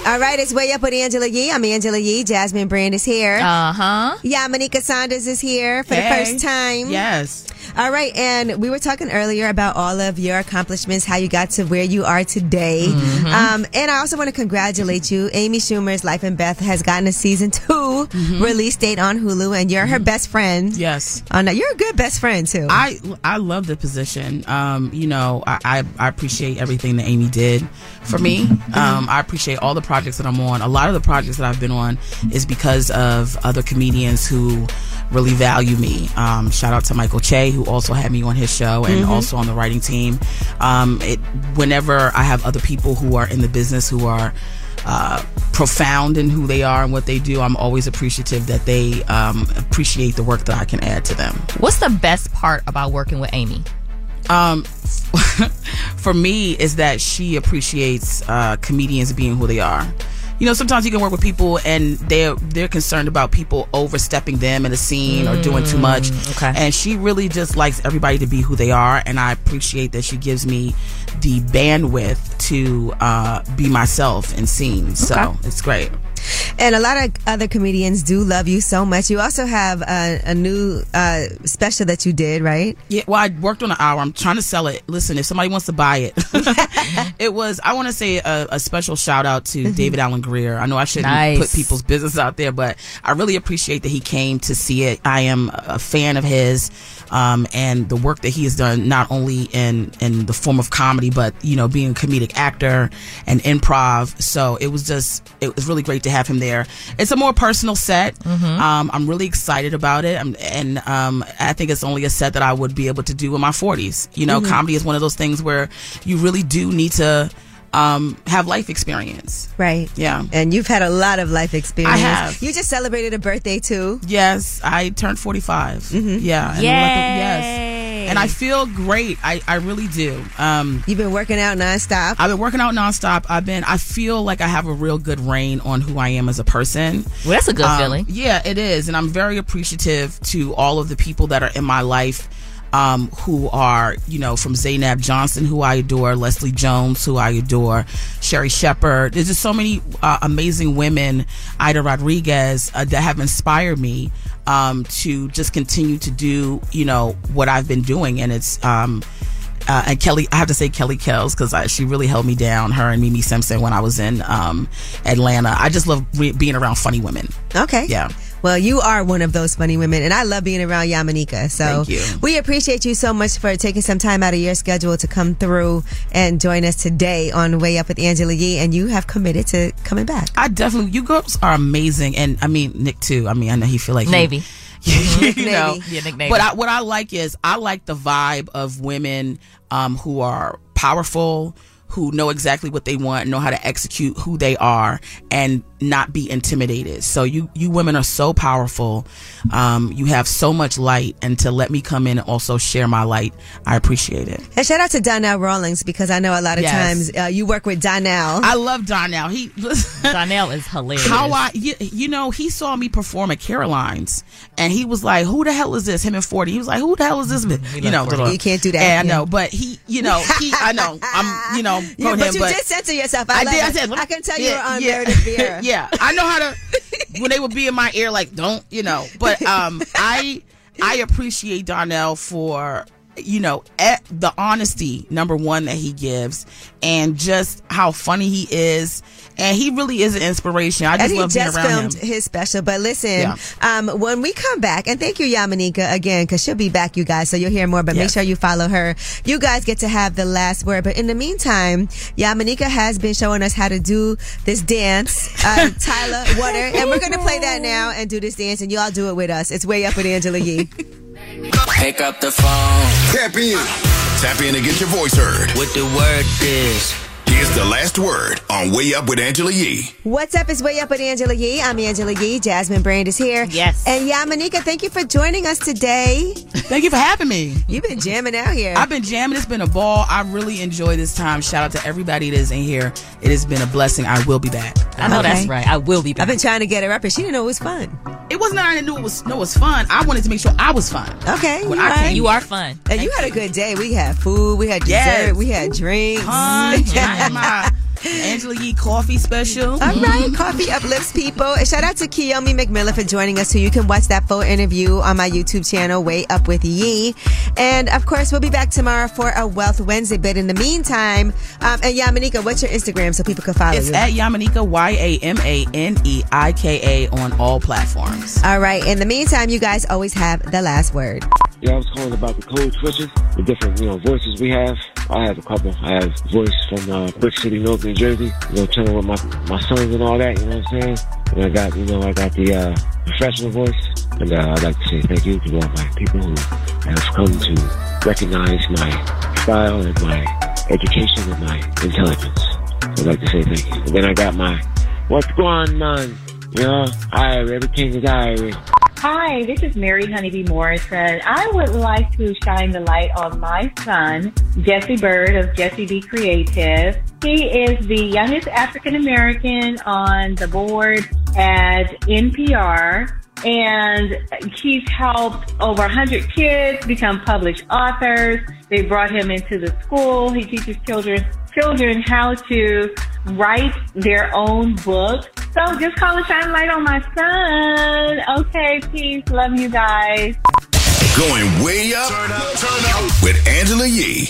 Speaker 3: All right, it's way up with Angela Yee. I'm Angela Yee. Jasmine Brand is here. Uh huh. Yamanika Saunders is here for
Speaker 7: Uh-huh. Hey.
Speaker 3: the first time.
Speaker 7: Yes.
Speaker 3: All right, and we were talking earlier about all of your accomplishments, how you got to where you are today.
Speaker 7: Mm-hmm.
Speaker 3: Um, and I also want to congratulate you. Amy Schumer's Life and Beth has gotten a season 2 release date on Hulu, and you're her best friend.
Speaker 7: Mm-hmm. Yes.
Speaker 3: On that, you're a good best friend too.
Speaker 7: I I love the position. Um, you know, I, I, I appreciate everything that Amy did for me. Um, I appreciate all the projects that I'm on. A lot of the projects that I've been on is because of other comedians who really value me. Um, shout out to Michael Che, who also had me on his show and
Speaker 9: Mhm.
Speaker 7: also on the writing team. Um, it whenever I have other people who are in the business who are uh, profound in who they are and what they do, I'm always appreciative that they um, appreciate the work that I can add to them.
Speaker 4: What's the best part about working with Amy?
Speaker 7: Um, for me, is that she appreciates uh, comedians being who they are. You know, sometimes you can work with people and they're they're concerned about people overstepping them in a scene or doing too much. Okay. And she really just likes everybody to be who they are, and I appreciate that she gives me the bandwidth to uh, be myself in scenes. So
Speaker 3: Okay.
Speaker 7: it's great.
Speaker 3: And a lot of other comedians do love you so much. You also have a, a new uh, special that you did, right?
Speaker 7: Yeah, well, I worked on an hour. I'm trying to sell it. Listen, if somebody wants to buy it, it was. I want to say a, a special shout out to
Speaker 9: Mhm.
Speaker 7: David Allen Greer. I know I shouldn't
Speaker 9: Nice.
Speaker 7: put people's business out there, but I really appreciate that he came to see it. I am a fan of his, um, and the work that he has done, not only in in the form of comedy, but you know, being a comedic actor and improv. So it was just, it was really great to have him there. It's a more personal set. Um, I'm really excited about it, i and um, I think it's only a set that I would be able to do in my 40s. You know,
Speaker 9: Mhm.
Speaker 7: comedy is one of those things where you really do need to um, have life experience.
Speaker 3: Right.
Speaker 7: Yeah.
Speaker 3: And you've had a lot of life experience.
Speaker 7: I have.
Speaker 3: You just celebrated a birthday too. Mm-hmm.
Speaker 7: Yes, I turned 45. Yeah. And I'm like, yes. And I feel great. I, I really do. Um,
Speaker 3: You've been working out nonstop.
Speaker 7: I've been working out nonstop. I've been. I feel like I have a real good reign on who I am as a person. Um,
Speaker 4: Well, that's a good feeling.
Speaker 7: Yeah, it is, and I'm very appreciative to all of the people that are in my life. Um, who are you know from Zaynab Johnson, who I adore, Leslie Jones, who I adore, Sherry Shepard. There's just so many uh, amazing women, Ida Rodriguez, uh, that have inspired me um, to just continue to do you know what I've been doing, and it's um, uh, and Kelly, I have to say Kelly Kells because she really held me down. Her and Mimi Simpson when I was in um, Atlanta. I just love re- being around funny women.
Speaker 3: Okay.
Speaker 7: Yeah.
Speaker 3: Well, you are one of those funny women, and I love being around Yamanika. So
Speaker 7: Thank you.
Speaker 3: we appreciate you so much for taking some time out of your schedule to come through and join us today on Way Up with Angela Yee, and you have committed to coming back.
Speaker 7: I definitely, you girls are amazing, and I mean Nick too. I mean I know he feel like he-
Speaker 4: Navy. Mm-hmm.
Speaker 7: you know.
Speaker 4: Navy. Yeah, Nick Navy.
Speaker 7: But I, what I like is I like the vibe of women um, who are powerful, who know exactly what they want, know how to execute who they are, and not be intimidated. So you you women are so powerful. Um, you have so much light, and to let me come in and also share my light, I appreciate it.
Speaker 3: And shout out to Donnell Rawlings because I know a lot of
Speaker 7: Yes.
Speaker 3: times uh, you work with Donnell.
Speaker 7: I love Donnell. He
Speaker 4: Donnell is hilarious.
Speaker 7: How I, you, you know, he saw me perform at Caroline's, and he was like, "Who the hell is this?" Him and Forty. He was like, "Who the hell is this?" bitch?" you know,
Speaker 3: You can't do that,
Speaker 7: And
Speaker 3: yeah.
Speaker 7: I know, but he, you know, he, I know, I'm, you know,
Speaker 3: Yeah,
Speaker 7: go
Speaker 3: but
Speaker 7: ahead,
Speaker 3: you did censor yourself. I, love
Speaker 7: did. I
Speaker 3: it.
Speaker 7: said,
Speaker 3: I can tell
Speaker 7: yeah,
Speaker 3: you're on
Speaker 7: yeah,
Speaker 3: Meredith Vieira.
Speaker 7: yeah, I know how to. when they would be in my ear, like, don't, you know. But um, I, I appreciate Donnell for you know eh, the honesty number one that he gives and just how funny he is and he really is an inspiration i just
Speaker 3: and he
Speaker 7: love being
Speaker 3: just
Speaker 7: around
Speaker 3: filmed
Speaker 7: him
Speaker 3: his special. But listen,
Speaker 7: Yeah.
Speaker 3: um, when we come back, and thank you, Yamanika, again, because she'll be back, you guys, so you'll hear more, but make
Speaker 7: Yes.
Speaker 3: sure you follow her. You guys get to have the last word. But in the meantime, Yamanika has been showing us how to do this dance, uh, Tyler Water, and we're going to play that now and do this dance, and you all do it with us. It's Way Up with Angela Yee.
Speaker 2: Pick up the phone. Tap in. Tap in and get your voice heard. What the word is. Here's the last word on Way Up with Angela Yee.
Speaker 3: What's up? It's Way Up with Angela Yee. I'm Angela Yee. Jasmine Brand is here. Yes. And Yamanika, thank you for joining us today.
Speaker 7: Thank you for having me.
Speaker 3: You've been jamming out here.
Speaker 7: I've been jamming. It's been a ball. I really enjoy this time. Shout out to everybody that is in here. It has been a blessing. I will be back.
Speaker 3: I know that's Okay. right.
Speaker 4: I will be back.
Speaker 3: I've been trying to get her up, and she didn't know it was fun.
Speaker 7: It wasn't that I didn't know it was no, it was fun. I wanted to make sure I was fun.
Speaker 3: Okay,
Speaker 7: When
Speaker 3: you
Speaker 7: I
Speaker 3: are.
Speaker 7: came-
Speaker 3: You are fun. And you had a good day. We had food. We had dessert. We had drinks. Punch,
Speaker 7: I had my Angela Yee coffee special. Mm-hmm.
Speaker 3: All right, coffee uplifts people. And shout out to Kiyomi McMillan for joining us too. You can watch that full interview on my YouTube channel, Way Up with Yee. And of course, we'll be back tomorrow for a Wealth Wednesday. But in the meantime, um, and Yamanika, what's your Instagram so people can follow
Speaker 7: It's
Speaker 3: you?
Speaker 7: at Yamanika Y A M A N E I K A on all platforms.
Speaker 3: All right. In the meantime, you guys always have the last word.
Speaker 23: Yeah, I was calling about the code switches, the different you know voices we have. I have a couple. I have a voice from uh, Brick City, Milk, New Jersey. You know, chilling with my my sons and all that. You know what I'm saying? And I got you know I got the uh, professional voice, and uh, I'd like to say thank you to all my people who have come to recognize my style and my education and my intelligence. I'd like to say thank you. And then I got my what's going on? You know, Irish, everything is Irish.
Speaker 20: Hi, this is Mary Honeybee Morrison. I would like to shine the light on my son, Jesse Bird of Jesse Be Creative. He is the youngest African American on the board at NPR, and he's helped over 100 kids become published authors. They brought him into the school. He teaches children children how to write their own book. So just call and shine a light on my son. Okay, peace. Love you guys.
Speaker 2: Going way up, turn up, turn up. with Angela Yee.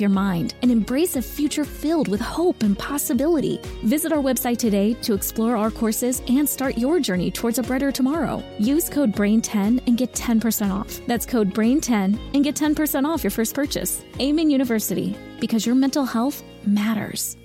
Speaker 9: your mind and embrace a future filled with hope and possibility. Visit our website today to explore our courses and start your journey towards a brighter tomorrow. Use code BRAIN10 and get 10% off. That's code BRAIN10 and get 10% off your first purchase. Amen University, because your mental health matters.